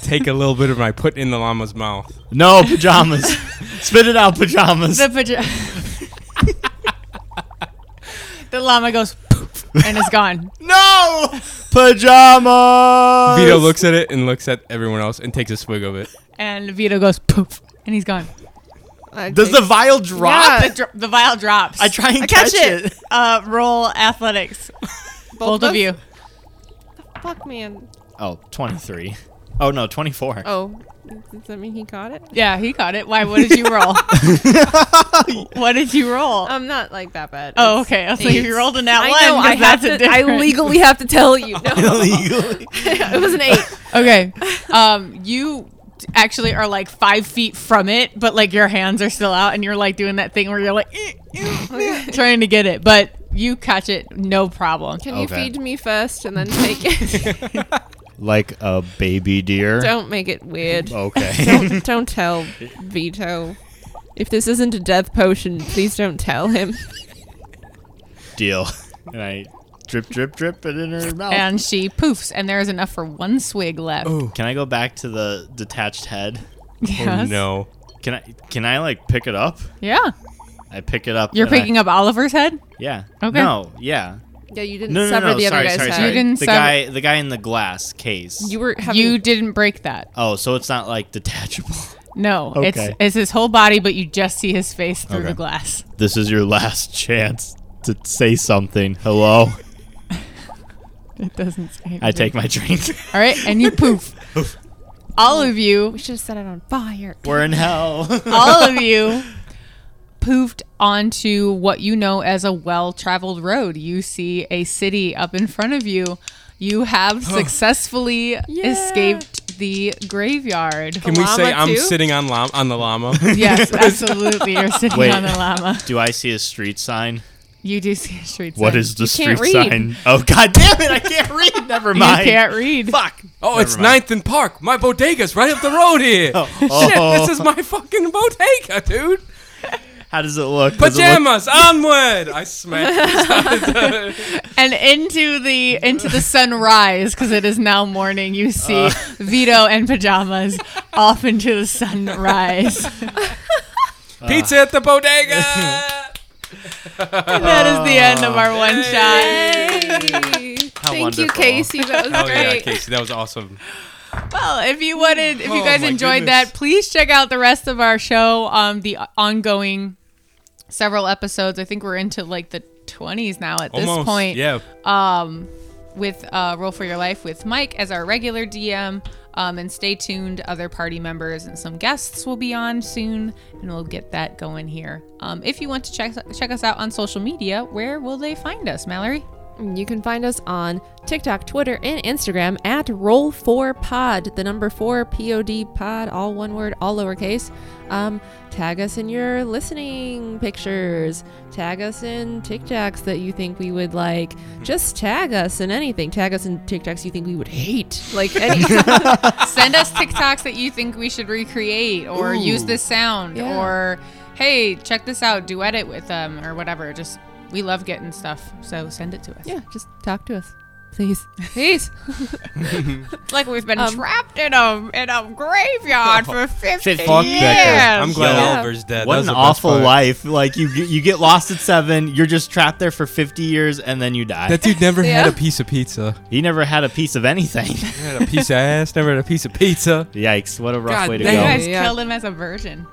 E: Take a little bit of my put in the llama's mouth.
B: No, pajamas. Spit it out, pajamas.
C: The paja- The llama goes poof and is gone.
B: no!
D: Oh,
B: Pajamas!
E: Vito looks at it and looks at everyone else and takes a swig of it. Oh,
C: And Vito goes poof and he's gone.
D: I
B: Does
D: take-
B: the vial drop?
C: The, dro- the vial drops.
B: I try and
D: I
B: catch,
D: catch
B: it.
C: uh, roll athletics. Both, of
D: us?
C: you.
D: Fuck man.
B: Oh, 23. Oh, no, 24.
D: Oh, does that mean he got it?
C: Yeah, he got it. Why? What did you roll? what did you roll?
D: I'm not like that bad.
C: oh, okay. I was like, if you rolled an at
D: Um, I
C: one,
D: know. I
C: 'cause
D: have
C: that's a
D: to. I
C: different-
D: legally have to tell you. No,
B: Illegally.
D: it was an eight.
C: Okay. Um, you t- actually are like five feet from it, but like your hands are still out, and you're like doing that thing where you're like eh, eh, eh, trying to get it, but you catch it no problem.
D: Can you
B: Okay.
D: feed me first and then take it?
B: Like a baby deer.
D: Don't make it weird.
B: Okay.
D: Don't, don't tell Vito. If this isn't a death potion, please don't tell him.
B: Deal. And I drip, drip, drip it in her mouth.
C: And she poofs, and there is enough for one swig left.
B: Can I go back to the detached head?
C: Yes.
E: no.
B: Can I can I like pick it up?
C: Yeah.
B: I pick it up.
C: You're
B: and I-
C: picking up Oliver's head?
B: Yeah.
C: Okay.
B: No. Yeah.
D: Yeah, you didn't
B: No. No.
D: sever
B: no.
D: the
B: sorry.
D: other guy's
B: sorry.
D: head.
B: Sorry.
C: You didn't
B: the
C: sever-
B: guy. The guy in the glass case.
D: You were having
C: You didn't break that.
B: oh, so it's not like detachable.
C: No. It's
B: Okay.
C: it's his whole body, but you just see his face through the
B: Okay.
C: glass.
B: this is your last chance to say something. Hello.
C: It doesn't say
B: I take my drink.
C: All right, and you poof. All of you
D: We should have set it on fire.
B: We're in hell.
C: all of you poofed onto what you know as a well traveled road. You see a city up in front of you. You have successfully escaped the graveyard.
E: Can we say
D: llama
E: I'm
D: too?
E: sitting on llama, on the llama?
C: Yes, absolutely. You're sitting
B: Wait.
C: on a llama.
B: Do I see a street sign?
C: You do see a street
B: What
C: sign.
B: is the
D: can't
B: street
D: read.
B: sign? Oh god damn it! I can't read. Never
C: You
B: mind.
C: can't read.
B: Fuck.
E: Oh, it's
B: Never mind.
E: Ninth and Park. My bodega's right up the road here.
B: Oh.
E: This is my fucking bodega, dude.
B: How does it look? Does it look-
E: Pajamas onward! I smacked.
C: And into the into the sunrise because it is now morning. You see
B: Uh.
C: Vito and pajamas off into the sunrise.
E: Pizza at the bodega.
C: And that is the end of our one shot.
D: Thank you,
B: wonderful.
D: Casey. That was
E: Oh yeah,
D: great.
E: Casey, that was awesome.
C: Well, if you wanted, if you
E: Oh,
C: guys
E: my
C: enjoyed
E: goodness.
C: that, please check out the rest of our show. Um, the ongoing several episodes. I think we're into like the 20s now at this
E: Almost,
C: point.
E: yeah.
C: with uh, Roll for Your Life with Mike as our regular DM. Um, and stay tuned. Other party members and some guests will be on soon, and we'll get that going here. Um, if you want to check check us out on social media, where will they find us, Mallory?
D: You can find us on TikTok, Twitter, and Instagram at Roll4Pod, the number four POD pod, all one word, all lowercase. Um, tag us in your listening pictures. Tag us in TikToks that you think we would like. Just tag us in anything. Tag us in TikToks you think we would hate. Like any.
C: Send us TikToks that you think we should recreate, or use this sound,
D: Yeah.
C: or hey, check this out, duet it with them, or whatever. Just we love getting stuff, so send it to us.
D: yeah, just talk to us. Please. Please.
C: It's like we've been
D: Um,
C: trapped in a in a graveyard for fifty
B: Fuck
C: years.
B: that guy.
E: I'm glad
D: Yeah.
E: Oliver's dead.
B: What
E: That was
B: an
E: the best
B: awful
E: part.
B: life! Like you, you get lost at seven. You're just trapped there for 50 years, and then you die.
E: That dude never
D: Yeah.
E: had a piece of pizza.
B: he never had a piece of anything.
E: Never had a piece of ass. Never had a piece of pizza.
B: Yikes! What a rough
E: God
B: way to
E: damn.
C: You
B: go.
E: Yeah.
C: guys
D: Yeah.
C: killed him as a virgin.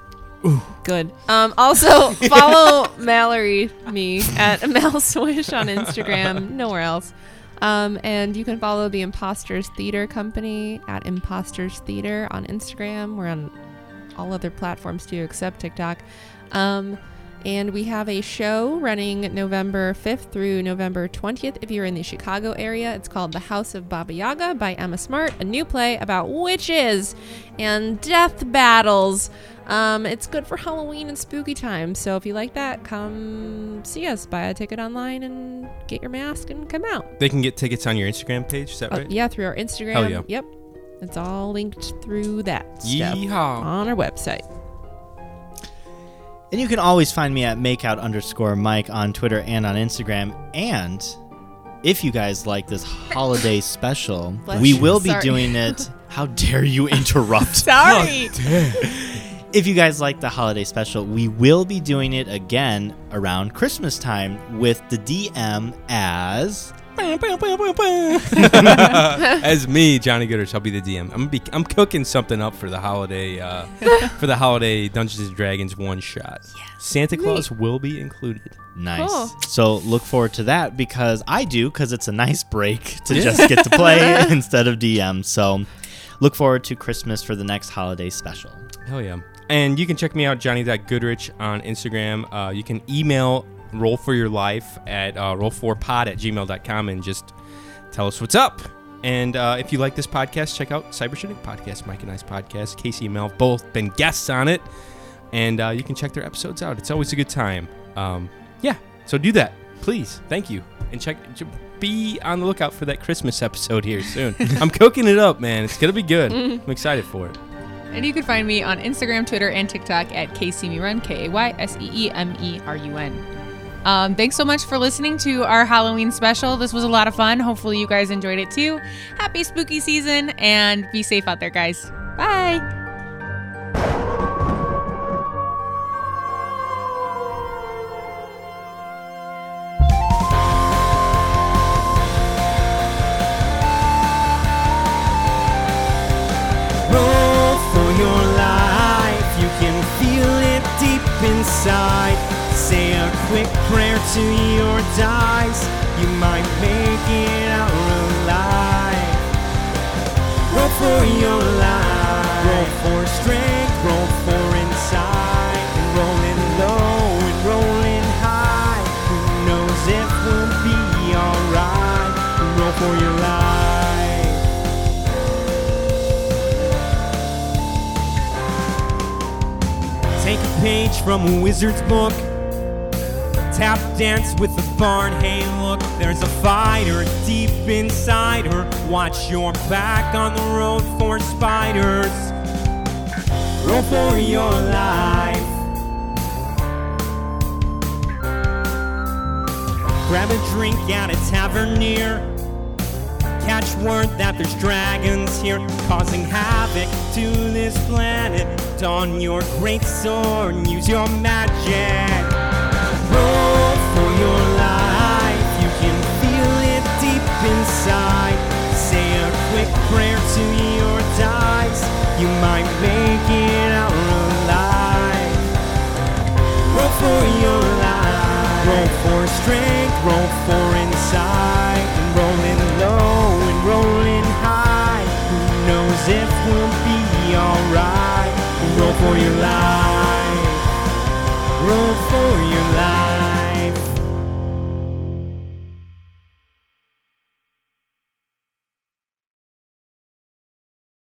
D: Good. Um, also, follow Mallory, me, at Mal Swish on Instagram, nowhere else. Um, and you can follow the Imposters Theater Company at Imposters Theater on Instagram. We're on all other platforms too, except TikTok. Um, and we have a show running November 5th through November 20th. If you're in the Chicago area, it's called The House of Baba Yaga by Emma Smart, a new play about witches and death battles. Um, it's good for Halloween and spooky time. So if you like that, come see us, buy a ticket online, and get your mask and come out.
E: They can get tickets on your Instagram page. Is that
D: Uh,
E: right?
D: yeah, through our Instagram.
E: Hell yeah.
D: Yep. It's all linked through that step
E: Yeehaw.
D: on our website.
B: And you can always find me at makeout underscore Mike on Twitter and on Instagram. And if you guys like this holiday special,
D: Bless
B: we
D: you.
B: will be
D: Sorry.
B: doing it. How dare you interrupt?
C: Sorry.
B: if you guys like the holiday special, we will be doing it again around Christmas time with the DM as.
E: As me, Johnny Goodrich, I'll be the DM. I'm gonna be, I'm cooking something up for the holiday, uh, for the holiday Dungeons and Dragons one shot. Santa Claus will be included.
B: Nice.
D: Cool.
B: So look forward to that because I do because it's a nice break to just get to play instead of DM. So look forward to Christmas for the next holiday special.
E: Hell yeah. And you can check me out, Johnny.Goodrich, on Instagram. Uh, you can email roll for your life at uh, roll4pod at gmail.com and just tell us what's up. And uh, if you like this podcast, check out Cyber Shindig Podcast, Mike and I's podcast. Casey and Mel have both been guests on it. And uh, you can check their episodes out. It's always a good time. Um, yeah, so do that, please. Thank you. And check, j- be on the lookout for that Christmas episode here soon. I'm cooking it up, man. It's going to be good. I'm excited for it.
C: and you can find me on Instagram, Twitter, and TikTok at KCMerun, K A Y S E E M E R U N. Um, thanks so much for listening to our Halloween special. This was a lot of fun. Hopefully, you guys enjoyed it too. Happy spooky season and be safe out there, guys. Bye.
G: roll for your life. You can feel it deep inside. Say a quick prayer to your dice. You might make it out alive. Roll for your life. Roll for strength. Roll for insight. And rolling low and rolling high. Who knows if we'll be alright? Roll for your life. Take a page from a wizard's book. Tap dance with the barn. Hey, look, there's a fighter deep inside her. Watch your back on the road for spiders. Roll for your life.
E: Grab a drink at a tavern near. Catch word that there's dragons here causing havoc to this planet. Don your great sword and use your magic. Roll for your life, you can feel it deep inside. Say a quick prayer to your dice, you might make it out alive. Roll for your life. Roll for strength. Roll for insight. And rolling low and rolling high. Who knows if we'll be alright? Roll for your life. Roll for your life.